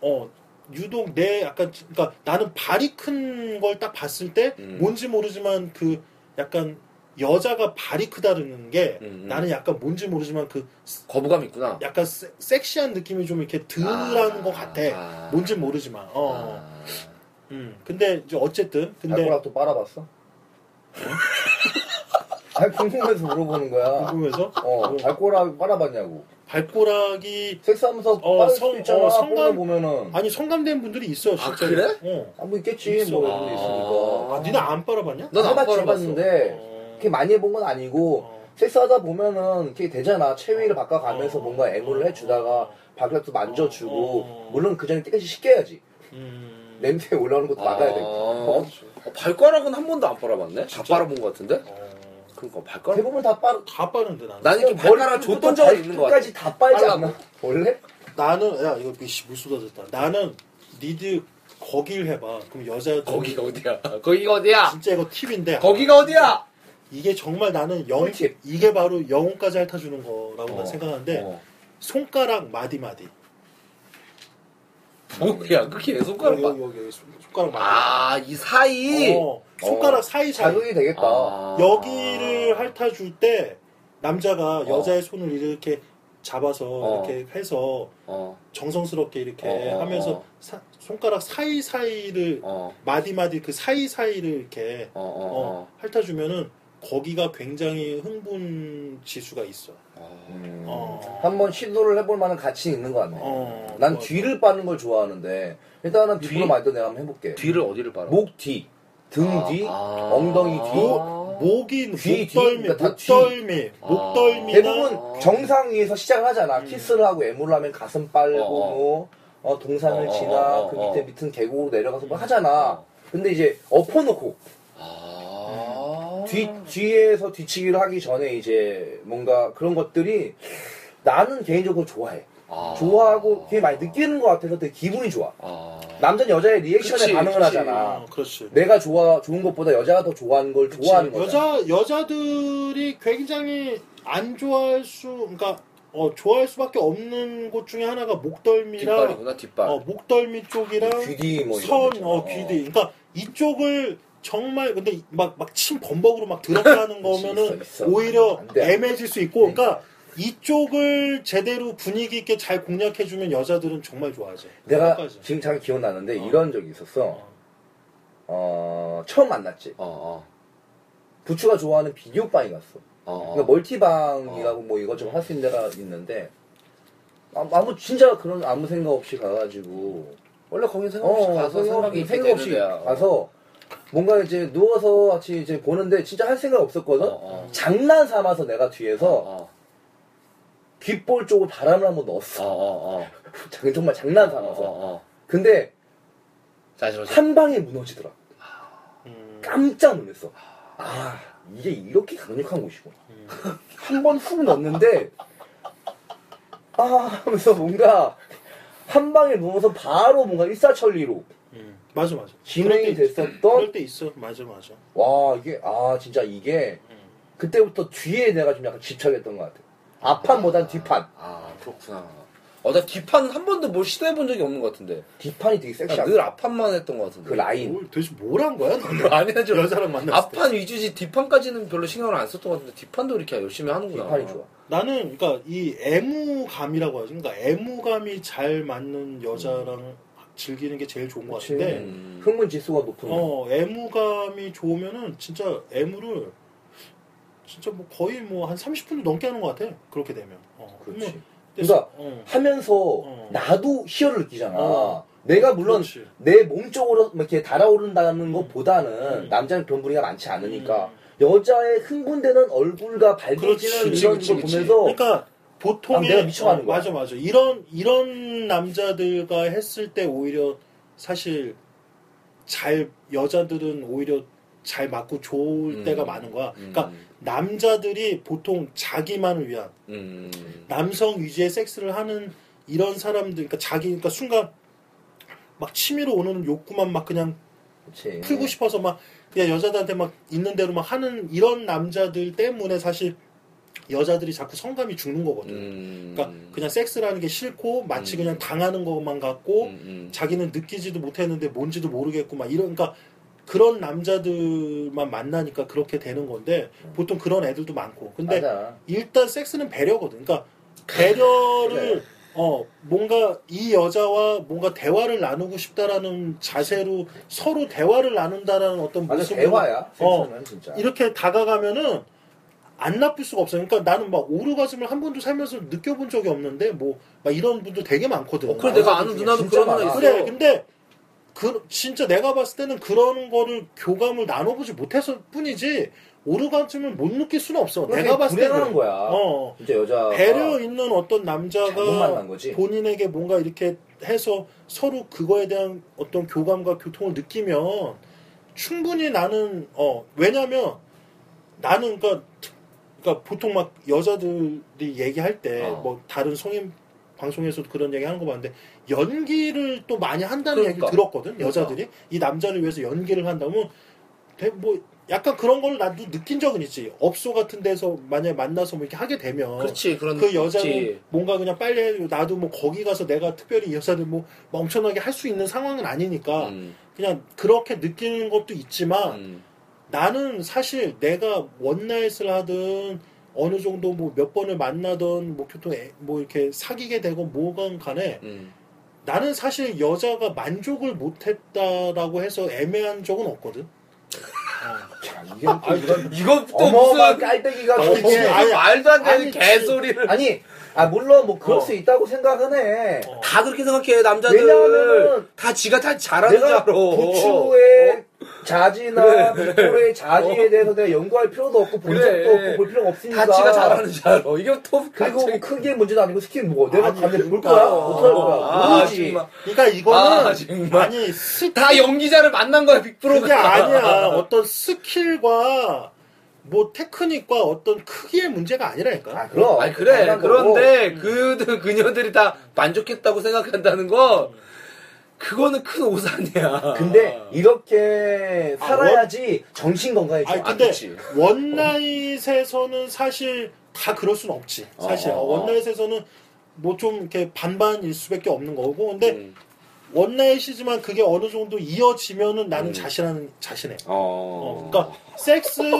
어 유독 내 약간 지- 그러니까 나는 발이 큰 걸 딱 봤을 때
음.
뭔지 모르지만 그 약간 여자가 발이 크다는 게
음, 음.
나는 약간 뭔지 모르지만 그 스-
거부감 있구나.
약간 세- 섹시한 느낌이 좀 이렇게 드는
아.
것 같아.
아.
뭔지 모르지만 어.
아.
음. 근데 이제 어쨌든 근데
발가락 또 빨아봤어? 아 궁금해서 물어보는
아.
거야.
궁금해서
어,
뭐
발꼬락 빨아봤냐고.
발꼬락이
섹스하면서
어,
빨을
성-
수도 있잖아.
어, 성감-
성감 보면은
아니 성감된 분들이 있어
아,
진짜.
그래?
어.
아뭐 있겠지.
있어.
뭐 이런 게 있으니까.
아, 니네 안 빨아봤냐?
넌안
해봤지,
빨아봤어.
해봤는데
어.
그렇게 많이 해본 건
뭐-
아니고
어.
섹스하다 보면은 이렇게 되잖아. 체위를 바꿔가면서
어.
뭔가 애무를 해주다가 발가락도 만져주고
어.
물론 그 전에 깨끗이 씻겨야지.
음.
냄새 올라오는 것도 막아야 되고.
어, 발가락은 한 번도 안 빨아봤네? 다 빨아본 것 같은데?
어.
그러니까 발가락.
대부분 다 빨.
다 빠는데 나는.
난
어,
이렇게 발가락 줬던 적은 있는 것 같아.
까지 다 빨지
빨라고.
않나? 원래?
나는 야 이거 그 씨, 물 쏟아졌다. 나는 니들 거길 해봐. 그럼 여자
아! 거기가 어디야? 거기가 어디야?
진짜 이거 팁인데
거기가 어디야?
이게 정말 나는 영
꿀팁.
이게 바로 영혼까지 핥아주는 거라고 난
어,
네.
생각하는데
어.
손가락 마디 마디
뭐야 그게 손가락
어, 여기,
어.
봐.
여기, 여기 손- 손가락 마디
아이 사이.
어, 손가락 사이 사이
자극이 되겠다.
아.
여기를 핥아줄 때
어.
남자가 여자의 손을 이렇게 잡아서
어.
이렇게 해서
어.
정성스럽게 이렇게
어, 어,
하면서
어.
사- 손가락 사이사이를
어.
마디마디 그 사이사이를 이렇게
어. 어.
어,
어.
핥아주면은 거기가 굉장히 흥분 지수가 있어.
음.
어.
한번 시도를 해볼 만한 가치 있는 것 같네.
어,
난
뭐,
뒤를 빠는 걸 좋아하는데 일단은
뒤?
비프로 말던 내가 한번 해볼게.
뒤를 어디를 바라?
목 뒤, 등
아,
뒤,
아.
엉덩이 뒤.
목이
뒤, 뒤,
목덜미,
그러니까 다
목덜미, 목덜미나
대부분
아.
정상 위에서 시작을 하잖아.
음.
키스를 하고 애무를 하면 가슴 빨고
어, 어.
뭐 어, 동상을
어, 어,
지나
어, 어,
그
어.
밑에 밑은 계곡으로 내려가서 뭐 하잖아.
어.
근데 이제 엎어놓고
아.
뒤 뒤에서 뒤치기를 하기 전에 이제 뭔가 그런 것들이 나는 개인적으로 좋아해.
아.
좋아하고 되게 많이 느끼는 것 같아서 되게 기분이 좋아.
아.
남자 는 여자의 리액션에
그치,
반응을
그치.
하잖아.
어, 그렇지.
내가 좋아 좋은 것보다 여자가 더 좋아하는 걸
그치.
좋아하는 거잖아.
여자 여자들이 굉장히 안 좋아할 수, 그러니까 어, 좋아할 수밖에 없는 곳 중에 하나가 목덜미랑
뒷발이구나 뒷발.
어, 목덜미 쪽이랑
귀디 뭐 이런 거
선,
있잖아.
어, 귀디. 그러니까 이쪽을 정말 근데 막 막 침 범벅으로 막 들어가는 거면은
있어, 있어.
오히려
안 돼. 네.
애매해질 수 있고, 그러니까 이쪽을 제대로 분위기 있게 잘 공략해주면 여자들은 정말 좋아하지.
내가
끝까지.
지금 잠깐 기억나는데
어.
이런 적이 있었어. 어, 처음
어.
만났지.
어.
부추가 좋아하는 비디오 방에 갔어.
어.
그러니까 멀티방이라고 뭐 이것저것 할 수 있는 데가 있는데 아, 아무 진짜 그런 아무 생각 없이 가가지고
원래 거기 생각 없이
어,
가서
생각
생각이
없이,
이렇게
생각 없이
되는 데야.
가서 뭔가 이제 누워서 같이 이제 보는데 진짜 할 생각 없었거든.
어, 어.
장난 삼아서 내가 뒤에서
어.
귓볼 쪽으로 바람을 한번
어.
넣었어.
어. 어.
정말 장난 삼아서.
어. 어.
근데
자, 저러
한 방에 무너지더라.
음.
깜짝 놀랐어. 아, 이게 이렇게 강력한 곳이구나.
음.
한 번 훅 넣었는데, 아, 하면서 뭔가, 한 방에 누워서 바로 뭔가 일사천리로
음. 맞아 맞아. 그럴
진행이
때 있-
됐었던,
그럴 때 있어. 맞아 맞아.
와, 이게, 아, 진짜 이게,
음.
그때부터 뒤에 내가 좀 약간 집착했던 것 같아. 앞판보단 뒷판.
아, 그렇구나. 어, 나 뒷판 한 번도 뭘 시도해본 적이 없는 것 같은데.
뒷판이 되게
나
섹시하고,
아,
늘 앞판만 했던 것 같은데.
그 라인.
뭘 도대체 뭘 한 거야? 너는
아니, 좀
여자랑 만났을 때.
앞판 위주지 뒷판까지는 별로 신경을 안 썼던 것 같은데 뒷판도 이렇게 열심히 하는구나.
뒷판이 좋아.
나는 그러니까 이 애무감이라고 하죠. 그러니까 애무감이 잘 맞는 여자랑 즐기는 게 제일 좋은 것
그치.
같은데.
음.
흥분 지수가 높은 거.
어, 애무감이 좋으면은 진짜 애무를 진짜 뭐 거의 뭐 한 30분도 넘게 하는 것 같아. 그렇게 되면. 어,
그렇지.
근데
그러니까
어.
하면서
어.
나도 희열을 느끼잖아.
어.
내가 물론
그렇지.
내 몸쪽으로 막 이렇게 달아오른다는 것보다는
음.
남자는 그런 분위기가 많지 않으니까
음.
여자의 흥분되는 얼굴과
그렇지,
밝아지는
그렇지,
이런
그렇지,
걸
그렇지.
보면서
그러니까 보통의
아, 내가 미쳐가는
어,
거야.
맞아 맞아. 이런 이런 남자들과 했을 때 오히려 사실 잘 여자들은 오히려 잘 맞고 좋을
음.
때가 많은 거야.
음.
그러니까 남자들이 보통 자기만을 위한
음.
남성 위주의 섹스를 하는 이런 사람들, 그러니까 자기, 그러니까 순간 막 취미로 오는 욕구만 막 그냥
예.
그렇지.
풀고 싶어서 막 그냥 여자들한테 막 있는 대로 막 하는 이런 남자들 때문에 사실 여자들이 자꾸 성감이 죽는 거거든.
음.
그러니까 그냥 섹스라는 게 싫고 마치
음.
그냥 당하는 것만 같고
음, 음.
자기는 느끼지도 못했는데 뭔지도 모르겠고 막 이런 그러니까 그런 남자들만 만나니까 그렇게 되는 건데 보통 그런 애들도 많고 근데
맞아.
일단 섹스는 배려거든. 그러니까 배려를
그래.
어 뭔가 이 여자와 뭔가 대화를 나누고 싶다라는 자세로 서로 대화를 나눈다라는 어떤
맞아
모습
대화야.
어.
섹스는 진짜.
이렇게 다가가면은 안 나쁠 수가 없어요. 그러니까 나는 막 오르가즘을 한 번도 살면서 느껴본 적이 없는데 뭐 막 이런 분들 되게 많거든.
어, 그래 내가 아는
진짜
누나도 그런
많아.
누나 있어.
그래 근데 그 진짜 내가 봤을 때는 그런 거를 교감을 나눠보지 못해서 뿐이지 오르가즘을 못 느낄 수는 없어.
그게
내가 봤을 때는
불행한 거야.
어.
진짜 여자
배려 있는 어떤
잘못 만난
남자가
거지.
본인에게 뭔가 이렇게 해서 서로 그거에 대한 어떤 교감과 교통을 느끼면 충분히 나는 어 왜냐면 나는 그러니까 특- 그러니까 보통 막 여자들이 얘기할 때
어.
뭐 다른 성인 방송에서도 그런 얘기 하는 거 봤는데 연기를 또 많이 한다는
그러니까.
얘기를 들었거든 여자들이 이 남자를 위해서 연기를 한다면 대- 뭐 약간 그런 걸 나도 느낀 적은 있지. 업소 같은 데서 만약에 만나서 뭐 이렇게 하게 되면
그렇지 그런
그 여자는
있지.
뭔가 그냥 빨리 해도 나도 뭐 거기 가서 내가 특별히 이 여자를 뭐, 막 엄청나게 할 수 있는 상황은 아니니까
음,
그냥 그렇게 느끼는 것도 있지만
음.
나는 사실 내가 원나잇을 하든 어느 정도 뭐 몇 번을 만나던 뭐 교통 애- 뭐 이렇게 사귀게 되고 뭐간 간에
음.
나는 사실 여자가 만족을 못했다라고 해서 애매한 적은 없거든.
자, 이게 또 이런
이것도
어마어마
무슨
깔때기가
어,
터지네.
이게 아니,
말도 안 되는
아니,
개소리를
아니, 아 물론 뭐 그럴
어.
수 있다고 생각하네.
어.
다 그렇게 생각해 남자들
왜냐면은
다 지가 다 잘하는 줄
내가
알아 어.
부추의 그 자지나
그래. 어.
비포의 자지에 대해서 내가 연구할 필요도 없고 본
그래.
적도 없고 볼 필요가 없으니까.
다 지가 잘하는 줄 알아 이게 또
그리고 뭐
갑자기-
크게 문제도 아니고 스킨 뭐 내가
아니,
갑자기 볼
그러니까.
거야 어떡할 거야
아,
모르지.
정말.
그러니까 이거는
아, 정말.
아니 스-
다 연기자를 만난 거야 빅브로가
그게 아니야. 어떤 스킬과 뭐 테크닉과 어떤 크기의 문제가 아니라니까.
아 그럼.
아니 그래
당연한 거고. 음.
그런데 그들 그녀들이 다 만족했다고 생각한다는 거 그거는 큰 오산이야
근데 이렇게 살아야지 정신 건강에 좋아.
아니 근데
그치.
원나잇에서는 사실 다 그럴 순 없지. 사실
어, 어, 어.
원나잇에서는 뭐 좀 이렇게 반반일 수밖에 없는 거고 근데
음.
원나잇이지만 그게 어느 정도 이어지면은 나는
음.
자신하는 자신해.
어.
어, 그러니까 섹스가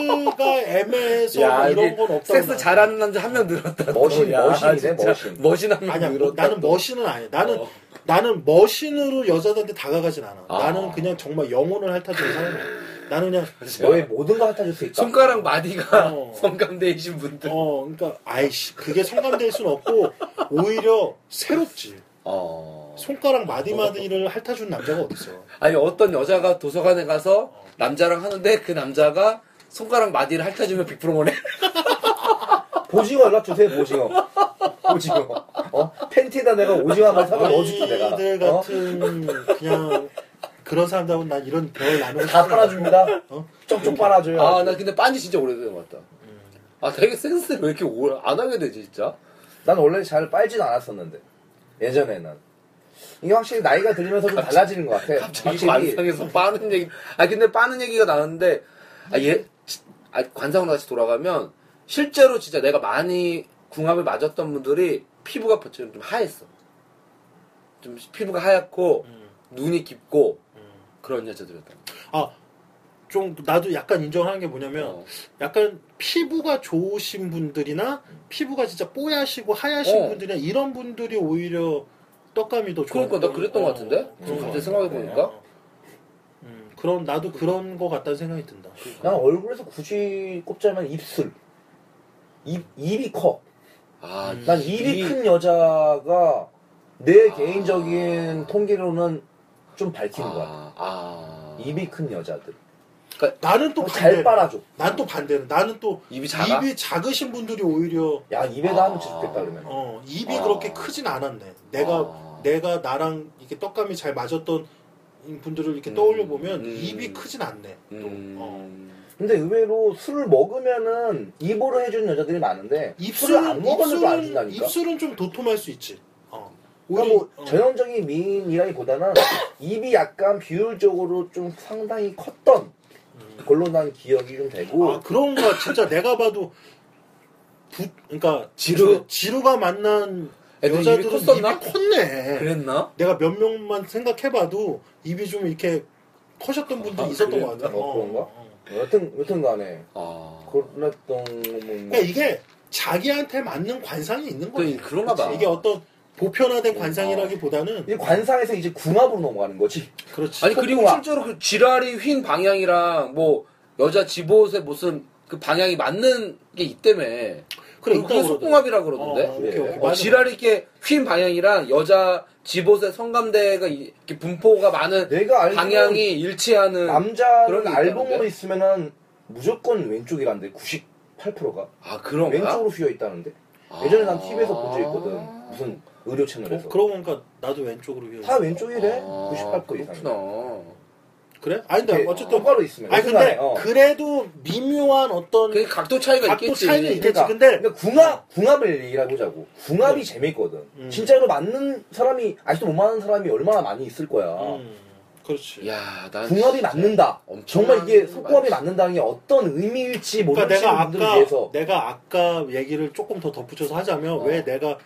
애매해서
야,
뭐
이게
이런 건 없다.
섹스 잘하는 남자 한 명 늘었다.
머신,
야,
머신이네,
진짜.
머신.
머신 한
아니야. 뭐,
명 늘었다.
나는
또.
머신은 아니야. 나는
어.
나는 머신으로 여자들한테 다가가진 않아.
아.
나는 그냥 정말 영혼을 핥아주는 사람이야. 나는 그냥
아, 너의 모든 걸 핥아줄 수 있다.
손가락 마디가
어.
성감대이신 분들.
어, 그러니까 아이씨 그게 성감될 순 없고 오히려 새롭지.
어.
손가락 마디마디를 핥아준 남자가 어딨어?
아니 어떤 여자가 도서관에 가서 남자랑 하는데 그 남자가 손가락 마디를 핥아주면 빅프로모네.
보징어 연락 주세요 보징어. 오징어. 어? 팬티에다 내가 오징어 한번 사서 아, 넣어줄게 내가.
들 그러니까
어?
같은 그냥 그런 사람들하고는 난 이런 대화를 나누고
다 빨아줍니다.
어?
쪽쪽 빨아줘요.
아 나 근데 빤지 진짜 오래된 것 같다. 아 되게 센스 왜 이렇게 오래 안 하게 되지 진짜?
난 원래 잘 빨진 않았었는데 예전에는 이게 확실히 나이가 들면서 좀 달라지는 것 같아.
갑자기 관상에서 빠는 얘기. 아 근데 빠는 얘기가 나는데 아얘 아, 관상으로 다시 돌아가면 실제로 진짜 내가 많이 궁합을 맞았던 분들이 피부가 보통 좀 하였어. 좀 피부가 하얗고
음.
눈이 깊고 그런 여자들이었다.
좀 나도 약간 인정하는 게 뭐냐면
어.
약간 피부가 좋으신 분들이나 피부가 진짜 뽀얗시고 하얗신
어.
분들이나 이런 분들이 오히려 떡감이 더 좋아.
그러니까 나 그랬던 것 같은데? 그러니까? 지금
어.
갑자기 생각해
네.
보니까
음, 그런 나도 그런 것 같다는 생각이 든다.
난 얼굴에서 굳이 꼽자면 입술. 입 입이 커.
아,
난 입이
이-
큰 여자가 내
아.
개인적인 통계로는 좀 밝힌 것 같아.
아, 아.
입이 큰 여자들.
나는 또
어, 잘
반대로.
빨아줘.
난 또 반대는 나는 또
입이 작아?
입이 작으신 분들이 오히려
야 입에다 하면
아.
좋겠다 그러면.
어 입이
아.
그렇게 크진 않았네. 내가
아.
내가 나랑 이렇게 떡감이 잘 맞았던 분들을 이렇게 떠올려 보면
음.
입이 크진 않네. 또.
음.
어.
근데 의외로 술을 먹으면은 입으로 해주는 여자들이 많은데 술을 안
입술은
먹으면 또안
입술은
준다니까.
입술은 좀 도톰할 수 있지. 어.
그러니까 뭐
오히려- 어.
전형적인 미인이라기보다는 입이 약간 비율적으로 좀 상당히 컸던 걸로 난 기억이 좀 되고
음. 아 그런가 진짜 내가 봐도 부 그러니까
지루?
지루 가 만난
애들이 입이
여자들은 입이,
컸었나?
컸네.
그랬나?
내가 몇 명만 생각해봐도 입이 좀 이렇게 커셨던 분도
아,
있었던 것
그랬나?
같아.
어, 그런가? 여튼 여튼간에
아.
그랬던 뭐-
그러니까 이게 자기한테 맞는 관상이 있는 거지.
그- 그런가 봐.
이게 어떤 보편화된 관상이라기보다는
이제 관상에서 이제 궁합으로 넘어가는 거지.
그렇지.
아니 그리고
폭풍아.
실제로 그 지랄이 휜 방향이랑 뭐 여자 집옷의 모습 그 방향이 맞는 게 있다며.
그래
그게
있다고 그러더라.
속궁합이라
어,
그러던데.
오케이, 오케이.
어,
맞아.
지랄이 이렇게 휜 방향이랑 여자 집옷의 성감대가 이- 이렇게 분포가 많은
내가
네.
알기로
방향이 일치하는. 그런
남자는
게
알몸으로
있다는데?
있으면은 무조건 왼쪽이란데 98%가
아 그런가? 아.
왼쪽으로 휘어 있다는데 예전에 난 TV에서 본 적 있거든 무슨 의료 채널에서
어, 그러고 보니까 나도 왼쪽으로 기울어.
다 왼쪽이래 98% 이상
아, 그렇구나.
그래? 아닌데 어쨌든
똑바로 있으면
아니 근데
순간에, 어.
그래도 미묘한 어떤 음,
그 각도 차이가
각도
있겠지.
차이는 있-
그러니까,
그치, 근데-
근데 궁합 궁합을 얘기를 해보자고 궁합이 재밌거든
음.
진짜로 맞는 사람이 아직도 못 맞는 사람이 얼마나 많이 있을 어. 거야
음. 그렇지.
야, 난
궁합이
진짜
맞는다.
엄청난
정말 이게 속궁합이
맛이-
맞는다는 게 어떤 의미일지 모르는
그러니까 내가
분들을
아까
위해서 어.
내가 아까 얘기를 조금 더 덧붙여서 하자면 왜 내가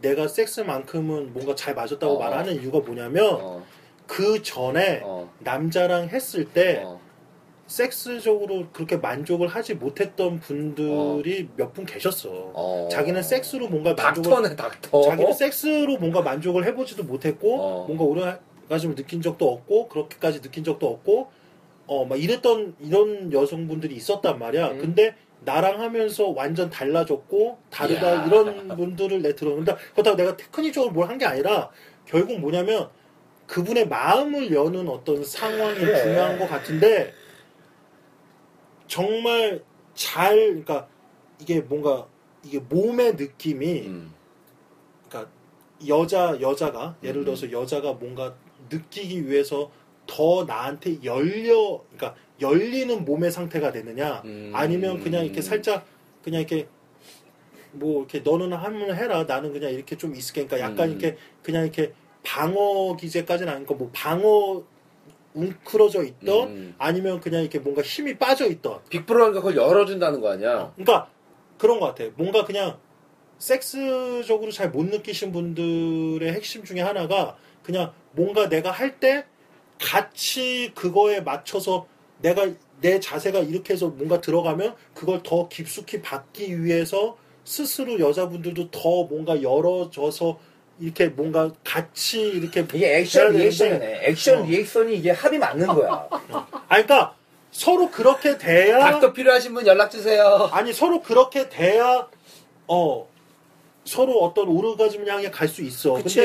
내가 섹스만큼은 뭔가 잘 맞았다고
어.
말하는 이유가 뭐냐면
어,
그 전에
어,
남자랑 했을
네.
때
어.
섹스적으로 그렇게 만족을 하지 못했던
어.
분들이 몇 분 계셨어.
어.
자기는 섹스로 뭔가 만족을
닥터네 닥터.
자기는 섹스로 뭔가 만족을 해보지도 못했고
어.
뭔가 오래가슴을 느낀 적도 없고 그렇게까지 느낀 적도 없고 어 막 이랬던 이런 여성분들이 있었단 말이야.
음.
근데 나랑 하면서 완전 달라졌고 다르다
이야.
이런 분들을 내 들었는데 그렇다고 내가 테크닉적으로 뭘 한 게 아니라 결국 뭐냐면 그분의 마음을 여는 어떤 상황이
그래.
중요한 것 같은데 정말 잘 그러니까 이게 뭔가 이게 몸의 느낌이
음.
그러니까 여자 여자가 예를
음.
들어서 여자가 뭔가 느끼기 위해서 더 나한테 열려 그러니까 열리는 몸의 상태가 되느냐
음.
아니면 그냥 이렇게 살짝 그냥 이렇게 뭐 이렇게 너는 하면 해라 나는 그냥 이렇게 좀 있을게 그러니까 약간
음.
이렇게 그냥 이렇게 방어 기제까지는 아니고 뭐 방어 웅크러져 있던
음.
아니면 그냥 이렇게 뭔가 힘이 빠져 있던
빅브로니까 그걸 열어준다는 거 아니야?
그러니까 그런 것 같아. 뭔가 그냥 섹스적으로 잘 못 느끼신 분들의 핵심 중에 하나가 그냥 뭔가 내가 할 때 같이 그거에 맞춰서 내가 내 자세가 이렇게 해서 뭔가 들어가면 그걸 더 깊숙이 받기 위해서 스스로 여자분들도 더 뭔가 열어져서 이렇게 뭔가 같이 이렇게
이게 액션
해야 되는데
리액션이네. 액션
어.
리액션이 이게 합이 맞는 거야.
아니 그러니까 서로 그렇게
아.
돼야
닥터 필요하신 분 연락 주세요.
아니 서로 그렇게 돼야 어 서로 어떤 오르가즘 향해 갈 수 있어. 근데
그치.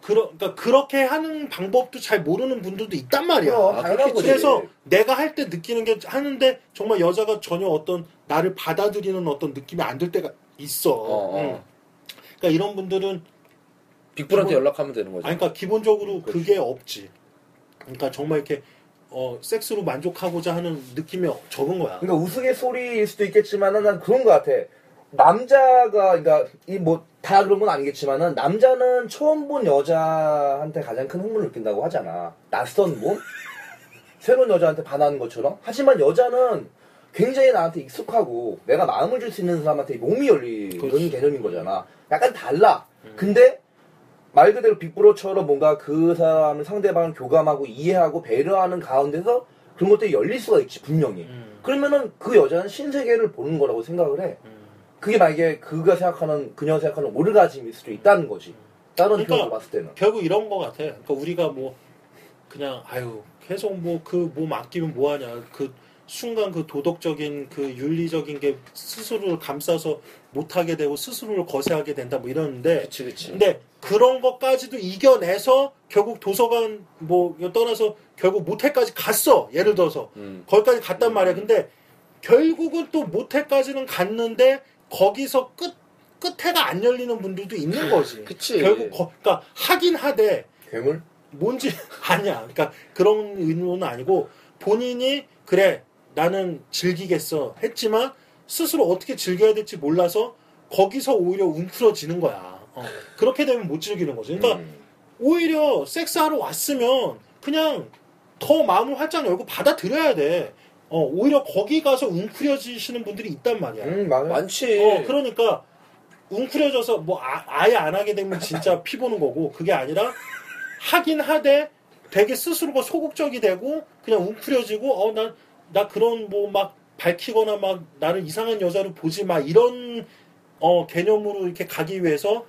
그러, 그러니까 그렇게 하는 방법도 잘 모르는 분들도 있단 말이야.
아, 그럼 당연한 거지.
그래서 내가 할 때 느끼는 게 하는데 정말 여자가 전혀 어떤 나를 받아들이는 어떤 느낌이 안 들 때가 있어.
어, 어.
응. 그러니까 이런 분들은
빅브로한테
기본-
연락하면 되는 거지.
아니 그러니까 기본적으로 그게 없지. 그러니까 정말 이렇게 어 섹스로 만족하고자 하는 느낌이 적은 거야.
그러니까 우스갯소리일 수도 있겠지만은 난 그런 것 같아. 남자가 그러니까 이 뭐 다 그런 건 아니겠지만은 남자는 처음 본 여자한테 가장 큰 흥분을 느낀다고 하잖아. 낯선 몸, 새로운 여자한테 반하는 것처럼. 하지만 여자는 굉장히 나한테 익숙하고 내가 마음을 줄 수 있는 사람한테 몸이 열리는
그렇지. 음.
개념인 거잖아. 약간 달라. 근데 말 그대로 빅브로처럼 뭔가 그 사람을 상대방을 교감하고 이해하고 배려하는 가운데서 그런 것들이 열릴 수가 있지 분명히.
음.
그러면은 그 여자는 신세계를 보는 거라고 생각을 해. 그게 만약에 그가 생각하는 그녀가 생각하는 오르가즘일 수도 있다는 거지. 다른
그러니까-
표현으로 봤을 때는.
결국 이런 거 같아. 그러니까 우리가 뭐 그냥 아유 계속 뭐 그 몸 아끼면 뭐하냐 그 순간 그 도덕적인 그 윤리적인 게 스스로를 감싸서 못하게 되고 스스로를 거세하게 된다 뭐 이러는데
그치 그치.
근데 그런 것까지도 이겨내서 결국 도서관 뭐 이거 떠나서 결국 모텔까지 갔어 예를 들어서
음.
거기까지 갔단 말이야 근데 결국은 또 모텔까지는 갔는데 거기서 끝 끝에가 안 열리는 분들도 있는 거지
그치.
결국 거, 그러니까 하긴 하되
괴물?
뭔지 아니야. 그러니까 그런 의도는 아니고 본인이 그래 나는 즐기겠어 했지만 스스로 어떻게 즐겨야 될지 몰라서 거기서 오히려 웅크러지는 거야. 어, 그렇게 되면 못 즐기는 거지. 그러니까
음.
오히려 섹스하러 왔으면 그냥 더 마음을 활짝 열고 받아들여야 돼. 어, 오히려 거기 가서 웅크려지시는 분들이 있단 말이야.
음, 맞아.
많지.
어, 그러니까 웅크려져서 뭐 아, 예안 하게 되면 진짜 피 보는 거고 그게 아니라 하긴 하되 되게 스스로가 소극적이 되고 그냥 웅크려지고 어 난 나 그런 뭐 막 밝히거나 막 나를 이상한 여자로 보지 마 이런 어 개념으로 이렇게 가기 위해서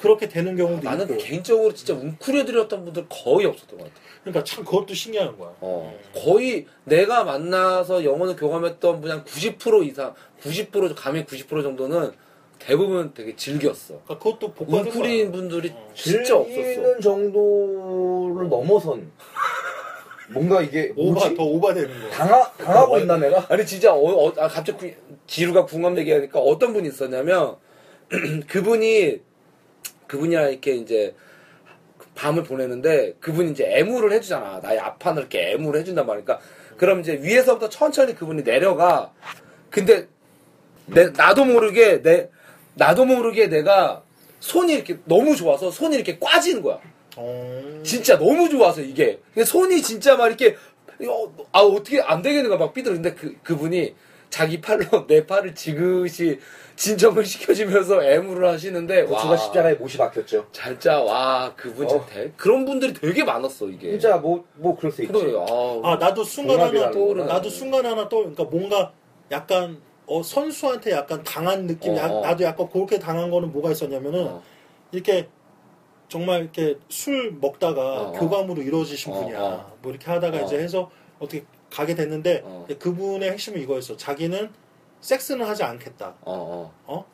그렇게 되는 경우도
음. 나는
있고
개인적으로 진짜 웅크려드렸던 분들 거의 없었던 것 같아.
그러니까 참 그것도 신기한 거야.
어. 거의 내가 만나서 영혼을 교감했던 분한 90% 이상, 90% 감히 90% 정도는 대부분 되게 즐겼어.
그러니까 그것도 복받은
웅크린
거야.
분들이
어.
진짜 없었어.
즐기는 정도를 넘어선 뭔가 이게
오바
뭐지?
더 오바되는 거야.
당하, 당하고 있나 내가?
아니 진짜 어, 어- 아, 갑자기 구- 지루가 궁합 얘기하니까 어떤 분이 있었냐면 그분이 그분이랑 이렇게 이제 밤을 보내는데 그분이 이제 애무를 해주잖아 나의 앞판을 이렇게 애무를 해준단 말이니까 그럼 이제 위에서부터 천천히 그분이 내려가 근데 내, 나도 모르게 내 나도 모르게 내가 손이 이렇게 너무 좋아서 손이 이렇게 꽈지는 거야
어.
진짜 너무 좋아서 이게. 근데 손이 진짜 막 이렇게 어, 아 어떻게 안 되겠는가 막 삐뚤는데 그 그분이 자기 팔로 내 팔을 지그시 진정을 시켜주면서 애무를 하시는데
부처가
와
십자가에 못이 박혔죠.
잘자 와 그분 진짜
어.
대- 그런 분들이 되게 많았어 이게.
진짜 뭐, 뭐 그럴 수 있지.
그래 아,
아 나도 순간 하나
공합이라는
떠오르
거구나.
나도 순간 하나 떠 그러니까 뭔가 약간 어, 선수한테 약간 당한 느낌 야-
어, 어.
나도 약간 그렇게 당한 거는 뭐가 있었냐면은
어.
이렇게 정말 이렇게 술 먹다가
어, 어.
교감으로 이루어지신
어,
분이야
어.
뭐 이렇게 하다가
어.
이제 해서 어떻게 가게 됐는데
어.
그분의 핵심은 이거였어 자기는 섹스는 하지 않겠다
어, 어.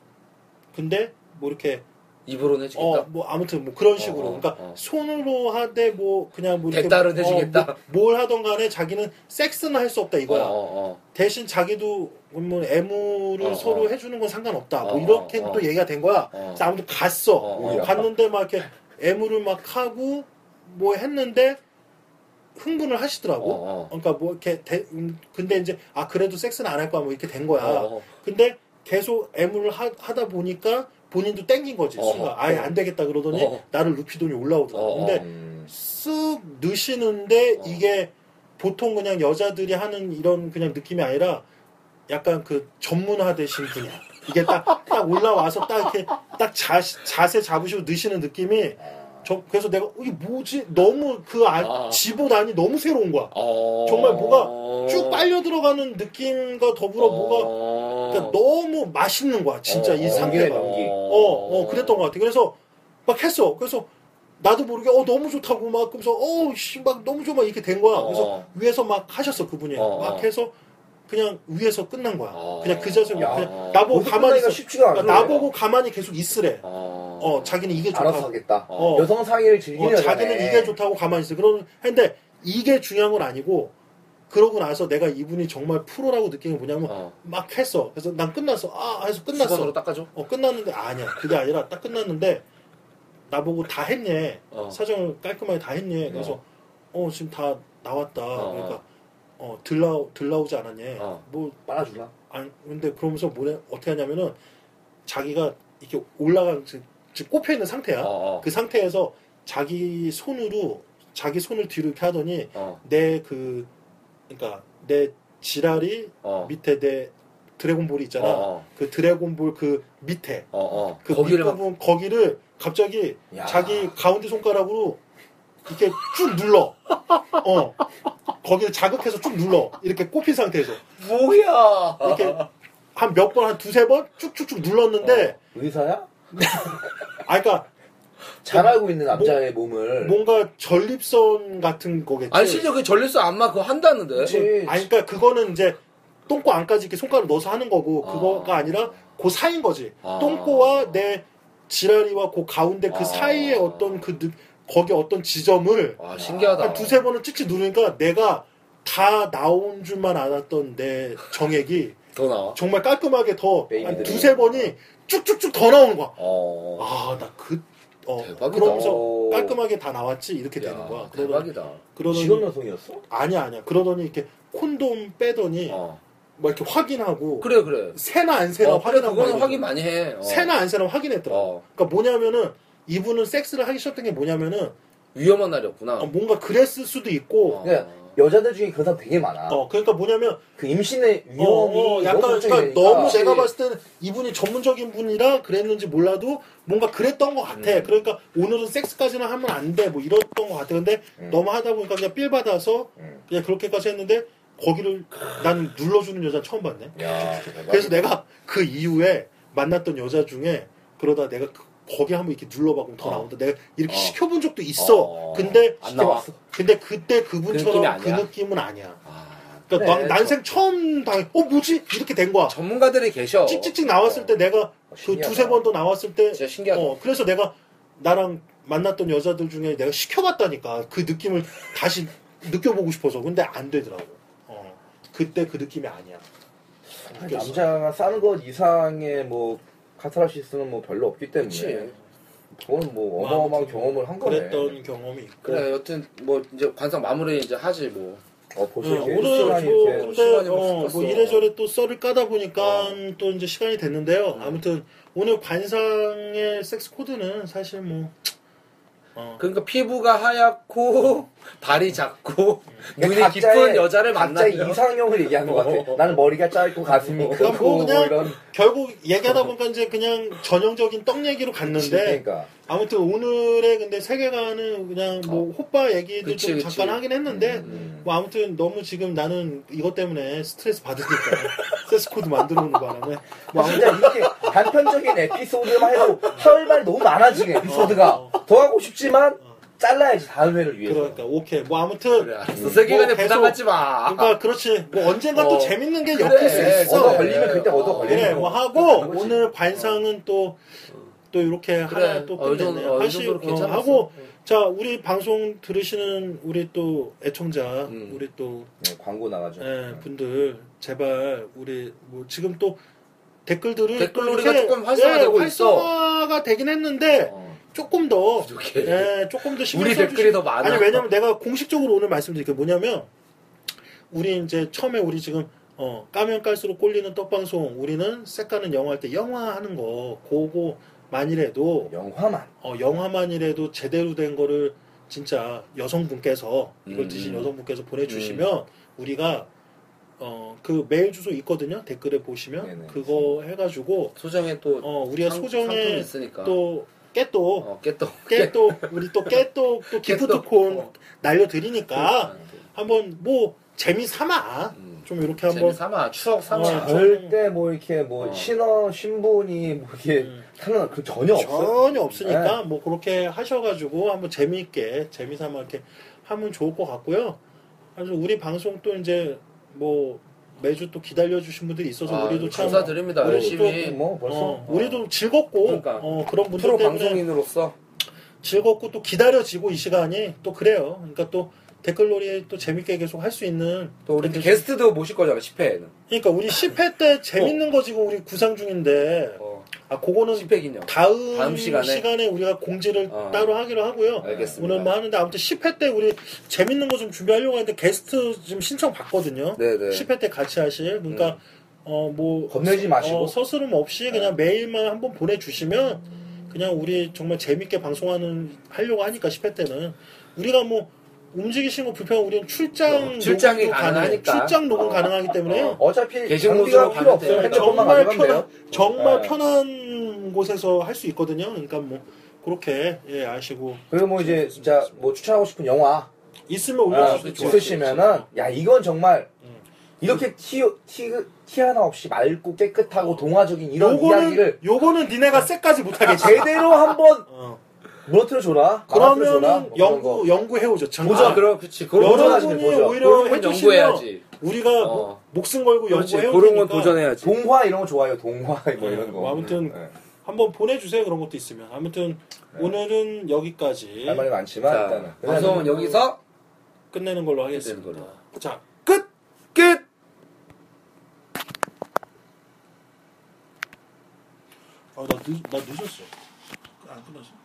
근데 뭐 이렇게
입으로는 해주겠다.
어 뭐 아무튼 뭐 그런 식으로
어, 어,
그러니까
어.
손으로 하되 뭐 그냥 뭐 이렇게
대따로
어,
해주겠다.
뭐- 뭘 하던 간에 자기는 섹스는 할 수 없다 이거야
어, 어, 어.
대신 자기도 뭐 애무를
어, 어.
서로 해주는 건 상관없다.
어,
뭐 이렇게
어, 어.
또 얘기가 된 거야.
어.
그래서 아무튼 갔어.
어, 어.
갔는데 막 이렇게 애무를 막 하고 뭐 했는데 흥분을 하시더라고.
어, 어.
그러니까 뭐 이렇게 대- 음, 근데 이제 아 그래도 섹스는 안 할 거야 뭐 이렇게 된 거야.
어, 어.
근데 계속 애무를 하, 하다 보니까 본인도 땡긴 거지
어,
순간 아예 안 되겠다 그러더니
어.
나를 루피돈이 올라오더라고.
어, 어.
근데
음.
쓱 느시는데
어.
이게 보통 그냥 여자들이 하는 이런 그냥 느낌이 아니라 약간 그 전문화되신 분이야. 이게 딱 딱 올라와서 딱 이렇게 딱 자, 자세 잡으시고 느시는 느낌이 저 그래서 내가 이게 뭐지 너무 그
아.
아, 지보 단이 너무 새로운 거야.
어.
정말 뭐가 쭉 빨려 들어가는 느낌과 더불어 뭐가
어.
그러니까 너무 맛있는 거야 진짜 이
연기네,
상태가.
연기.
어, 어, 그랬던 것 같아. 그래서 막 했어. 그래서 나도 모르게 어 너무 좋다고 막 그래서 어씨막 너무 좋아 막 이렇게 된 거야. 그래서
어.
위에서 막 하셨어 그분이
어,
막
어.
해서 그냥 위에서 끝난 거야.
어.
그냥 그 자세로
야,
그냥 나보고
모습
가만히
끝나기가
있어.
쉽지가 않아.
그러니까 나보고 가만히 계속 있으래.
어.
어 자기는 이게
알아서
좋다고.
하겠다.
어,
여성 상의를 즐기는
어, 자기는
여자네.
이게 좋다고 가만히 있어. 그런 근데 이게 중요한 건 아니고 그러고 나서 내가 이분이 정말 프로라고 느낀 게 뭐냐면
어.
막 했어. 그래서 난 끝났어. 아 해서 끝났어.
수건으로 닦아줘.
어 끝났는데 아니야 그게 아니라 딱 끝났는데 나보고 다 했네
어.
사정을 깔끔하게 다 했네 그래서 어 지금 다 나왔다
어,
그러니까 어 들라 들라오지 않았냐
어.
뭐
빨아주나?
아니 근데 그러면서 뭐냐 어떻게 하냐면은 자기가 이렇게 올라간 즉- 즉 꼽혀 있는 상태야
어, 어.
그 상태에서 자기 손으로 자기 손을 뒤로 이렇게 하더니
어.
내 그 그러니까 내 지랄이
어.
밑에 내 드래곤볼이 있잖아
어, 어.
그 드래곤볼 그 밑에
어, 어.
그
거기를 막
밑부분 거기를 갑자기
야.
자기 가운데 손가락으로 이렇게 쭉 눌러. 어. 거기를 자극해서 쭉 눌러. 이렇게 꼽힌 상태에서.
뭐야?
이렇게 한 몇 번, 한 두세 번 쭉쭉쭉 눌렀는데,
어, 의사야?
어.
아, 그니까 뭐,
잘 알고 있는 남자의 몸을.
뭔가 전립선 같은 거겠지. 어.
아니 실제 그 전립선 안마 그거 한다는데.
그치.
아니, 그러니까 그니까 그거는 이제 똥꼬 안까지 이렇게 손가락 넣어서 하는 거고, 그거가
아.
아니라 그 사이인 거지.
아.
똥꼬와 내 지랄이와 그 가운데 그
아.
사이에 어떤 그, 느- 거기 어떤 지점을
와 신기하다.
한 아, 두세 번을 찍찍 누르니까 내가 다 나온 줄만 알았던 내 정액이
더 나와.
정말 깔끔하게 더
베이비들이.
한 두세 번이 쭉쭉쭉 더 나오는 거야.
어.
아 나 그 어,
대박이다.
그러면서 깔끔하게 다 나왔지 이렇게 되는 거야.
야,
그러더니,
대박이다.
그러더니
직업 여성이었어?
아니야 아니야. 그러더니 이렇게 콘돔 빼더니
어.
막 이렇게 확인하고
그래 그래.
새나 안 새나
어, 그래
확인하고
그거는
말이거든.
확인 많이 해. 어.
새나 안 새나 확인했더라. 고
어.
그러니까 뭐냐면은 이분은 섹스를 하기 싫었던 게 뭐냐면은
위험한 날이었구나.
어, 뭔가 그랬을 수도 있고
어.
그러니까 여자들 중에 그런 사람 되게 많아.
어 그러니까 뭐냐면
그 임신의 위험이
어, 어, 약간
너무
그러니까
걱정이 되니까.
아,
너무
예.
제가 봤을 때는 이분이 전문적인 분이라 그랬는지 몰라도 뭔가 그랬던 것
음.
같아. 그러니까 오늘은 섹스까지는 하면 안 돼 뭐 이랬던 것 같아. 근데
음.
너무 하다 보니까 그냥 삘 받아서
음.
그냥 그렇게까지 했는데 거기를 나는 눌러주는 여자 처음 봤네.
야, 대박이다.
그래서 내가 그 이후에 만났던 여자 중에 그러다 내가 그- 거기 한번 이렇게 눌러봐보면 더
어.
나온다. 내가 이렇게
어.
시켜본 적도 있어.
어.
근데
안 나와.
근데 그때
느낌이
그분처럼 그,
아니야.
느낌은 아니야.
아,
그러니까
그래,
난- 난생 처음 당해. 어 뭐지? 이렇게 된 거야.
전문가들이 계셔.
찍찍찍 나왔을 때 내가 그
신기하다.
두세 번 더 나왔을 때
진짜 신기하다.
어, 그래서 내가 나랑 만났던 여자들 중에 내가 시켜봤다니까 그 느낌을 다시 느껴보고 싶어서 근데 안 되더라고 어. 그때 그 느낌이 아니야
아니, 남자가 싸는 것 이상의 뭐 카타르시스는 뭐 별로 없기 때문에
그치.
네.
그건 뭐 어마어마한
아무튼
경험을 한 거네.
그랬던 경험이 있고
그래 여튼 뭐 이제 관상 마무리 이제 하지 뭐.
어, 벌써
네,
이제
오늘
시간이
뭐
이렇게 어.
근데
시간이
어,
벌써
뭐
갔어.
이래저래 또 썰을 까다 보니까 또 이제 시간이
음.
됐는데요 아무튼 오늘 관상의 섹스 코드는 사실 뭐 어.
그러니까 피부가 하얗고 발이 작고
음.
눈이
그러니까
깊은 여자를
각자의
만나면
이상형을 얘기한 것 같아. 나는 머리가 짧고 가슴이
그러니까
크고
뭐
뭐
그냥
이런.
결국 얘기하다
어.
보니까 이제 그냥 전형적인 떡 얘기로
네.
갔는데
그러니까
아무튼 오늘의 근데 세계관은 그냥 뭐 호빠 얘기도
어. 그치, 음,
좀
그치.
잠깐 하긴 했는데 뭐 아무튼 너무 지금 나는 이것 때문에 스트레스 받으니까 세스 코드 만들어 오는 바람에 뭐 아무튼
진짜 이렇게 단편적인 에피소드만 해도 할 말이 너무 많아 지금 에피소드가
어,
더 하고 싶지만 잘라야지 다음 회를 위해서.
그러니까 오케이 뭐 아무튼
그래 알았어 세계관에
뭐 계속-
부담 갖지 마
그러니까 그렇지 뭐 언젠가 또
어.
재밌는 게
그래,
엮일 수
얻어
있어
걸리면 그때 얻어 걸리는
그래
거고.
뭐 하고 오늘 반상은 또 또 이렇게 하나 또
어, 이 정도-
끝냈네.
어, 이
사실
정도로
어,
괜찮았어.
하고 자 우리 방송 들으시는 우리 또 애청자
음.
우리 또
네, 광고 나가죠.
예, 분들 제발 우리 뭐 지금 또 댓글들을
댓글로
또
우리가
이렇게, 예,
조금 활성화되고 있어.
활성화가 되긴 했는데
어,
조금 더
부족해.
예, 조금 더 신경
우리
써주시-
댓글이 더 많아.
아니 왜냐면 내가 공식적으로 오늘 말씀드릴 게 뭐냐면 우리 이제 처음에 우리 지금 어, 까면 깔수록 꼴리는 떡방송 우리는 색가는 영화 할 때 영화 하는 거 그거
뭐
만이라도
영화만.
어, 영화만이라도 제대로 된 거를 진짜 여성분께서 이걸
음,
드신 여성분께서 보내주시면
네.
우리가 어, 그 메일 주소 있거든요 댓글에 보시면
네네.
그거 해가지고
소정에 또
어, 우리가
상- 상품이
소정에
있으니까
또 깨또
어, 깨또
깨또 우리 또 깨또 또 기프트콘
어. 네.
날려드리니까 한번 뭐 재미 삼아 좀 이렇게 음. 한번
음. 재미삼아 추억 삼아
어.
절대 뭐 이렇게 뭐
그렇죠. 어.
신어 신분이 뭐
네.
이게
음.
타는 그 전혀 없어요.
전혀 없으니까 뭐 그렇게 하셔가지고 한번 재미있게 재미삼아 이렇게 하면 좋을 것 같고요. 그래서 우리 방송 또 이제 뭐 매주 또 기다려 주신 분들이 있어서
아,
우리도 참
감사드립니다
우리
열심히
뭐 벌써
어, 우리도 즐겁고
그러니까.
어, 그런 분들
프로
때문에
방송인으로서
즐겁고 또 기다려지고 이 시간이 또 그래요. 그러니까 또 댓글놀이 또 재밌게 계속 할 수 있는
또 우리
댓글-
게스트도 모실 거잖아 10회에는
그러니까 우리 10회 때 재밌는 거 지금 우리 구상 중인데
어.
아 그거는
10회 기념
다음,
다음 시간에.
시간에. 우리가 공지를
어.
따로 하기로 하고요.
알겠습니다.
오늘 뭐 하는데 아무튼 10회 때 우리 재밌는 거 좀 준비하려고 하는데 게스트 지금 신청 받거든요.
네네
10회 때 같이 하실. 그러니까 어 뭐
겁내지 마시고.
어, 서스름 없이 그냥 메일만 한번 보내주시면 그냥 우리 정말 재밌게 방송하는 하려고 하니까 10회 때는 우리가 뭐 움직이시는 거 불편 우리는 출장
어, 출장이
녹음도 가능해요.
가능하니까.
출장 녹음
어.
가능하기 때문에요. 네,
어차피
게시물
장비가
모드로
필요
가면
없어요.
돼요.
핸드폰만
정말
가져가면 돼요.
정말
네.
편한 곳에서 할 수 있거든요. 그러니까 뭐 그렇게 예 아시고
그리고 뭐 이제 진짜 뭐 추천하고 싶은 영화
있으면
아,
올려주셔도 좋아요. 그렇죠.
있으시면은 야 이건 정말
음.
이렇게 티, 티, 티 하나 없이 맑고 깨끗하고 동화적인 이런
요거는
이야기를
요거는 니네가 쎄까지 못하겠지.
제대로 한번
어.
무너뜨려 줘라. 뭐
그러면 연구 연구 해오죠.
보자
아,
정말.
그럼 그치 그런 거
도전하지,
여러분이
도전.
오히려
그런 건
해주시면
연구해야지.
우리가
어.
뭐 목숨 걸고
그렇지
연구해오니까
그런 건 도전해야지
동화 이런 거 좋아요. 동화 뭐 이런 거.
뭐 아무튼
네.
한번 보내주세요. 그런 것도 있으면 아무튼 오늘은 여기까지
할 말이 많지만 일단은
자 방송은 여기서
끝내는 걸로 하겠습니다.
끝내는
자
끝
아, 나, 늦, 나 늦었어. 안 끝났어.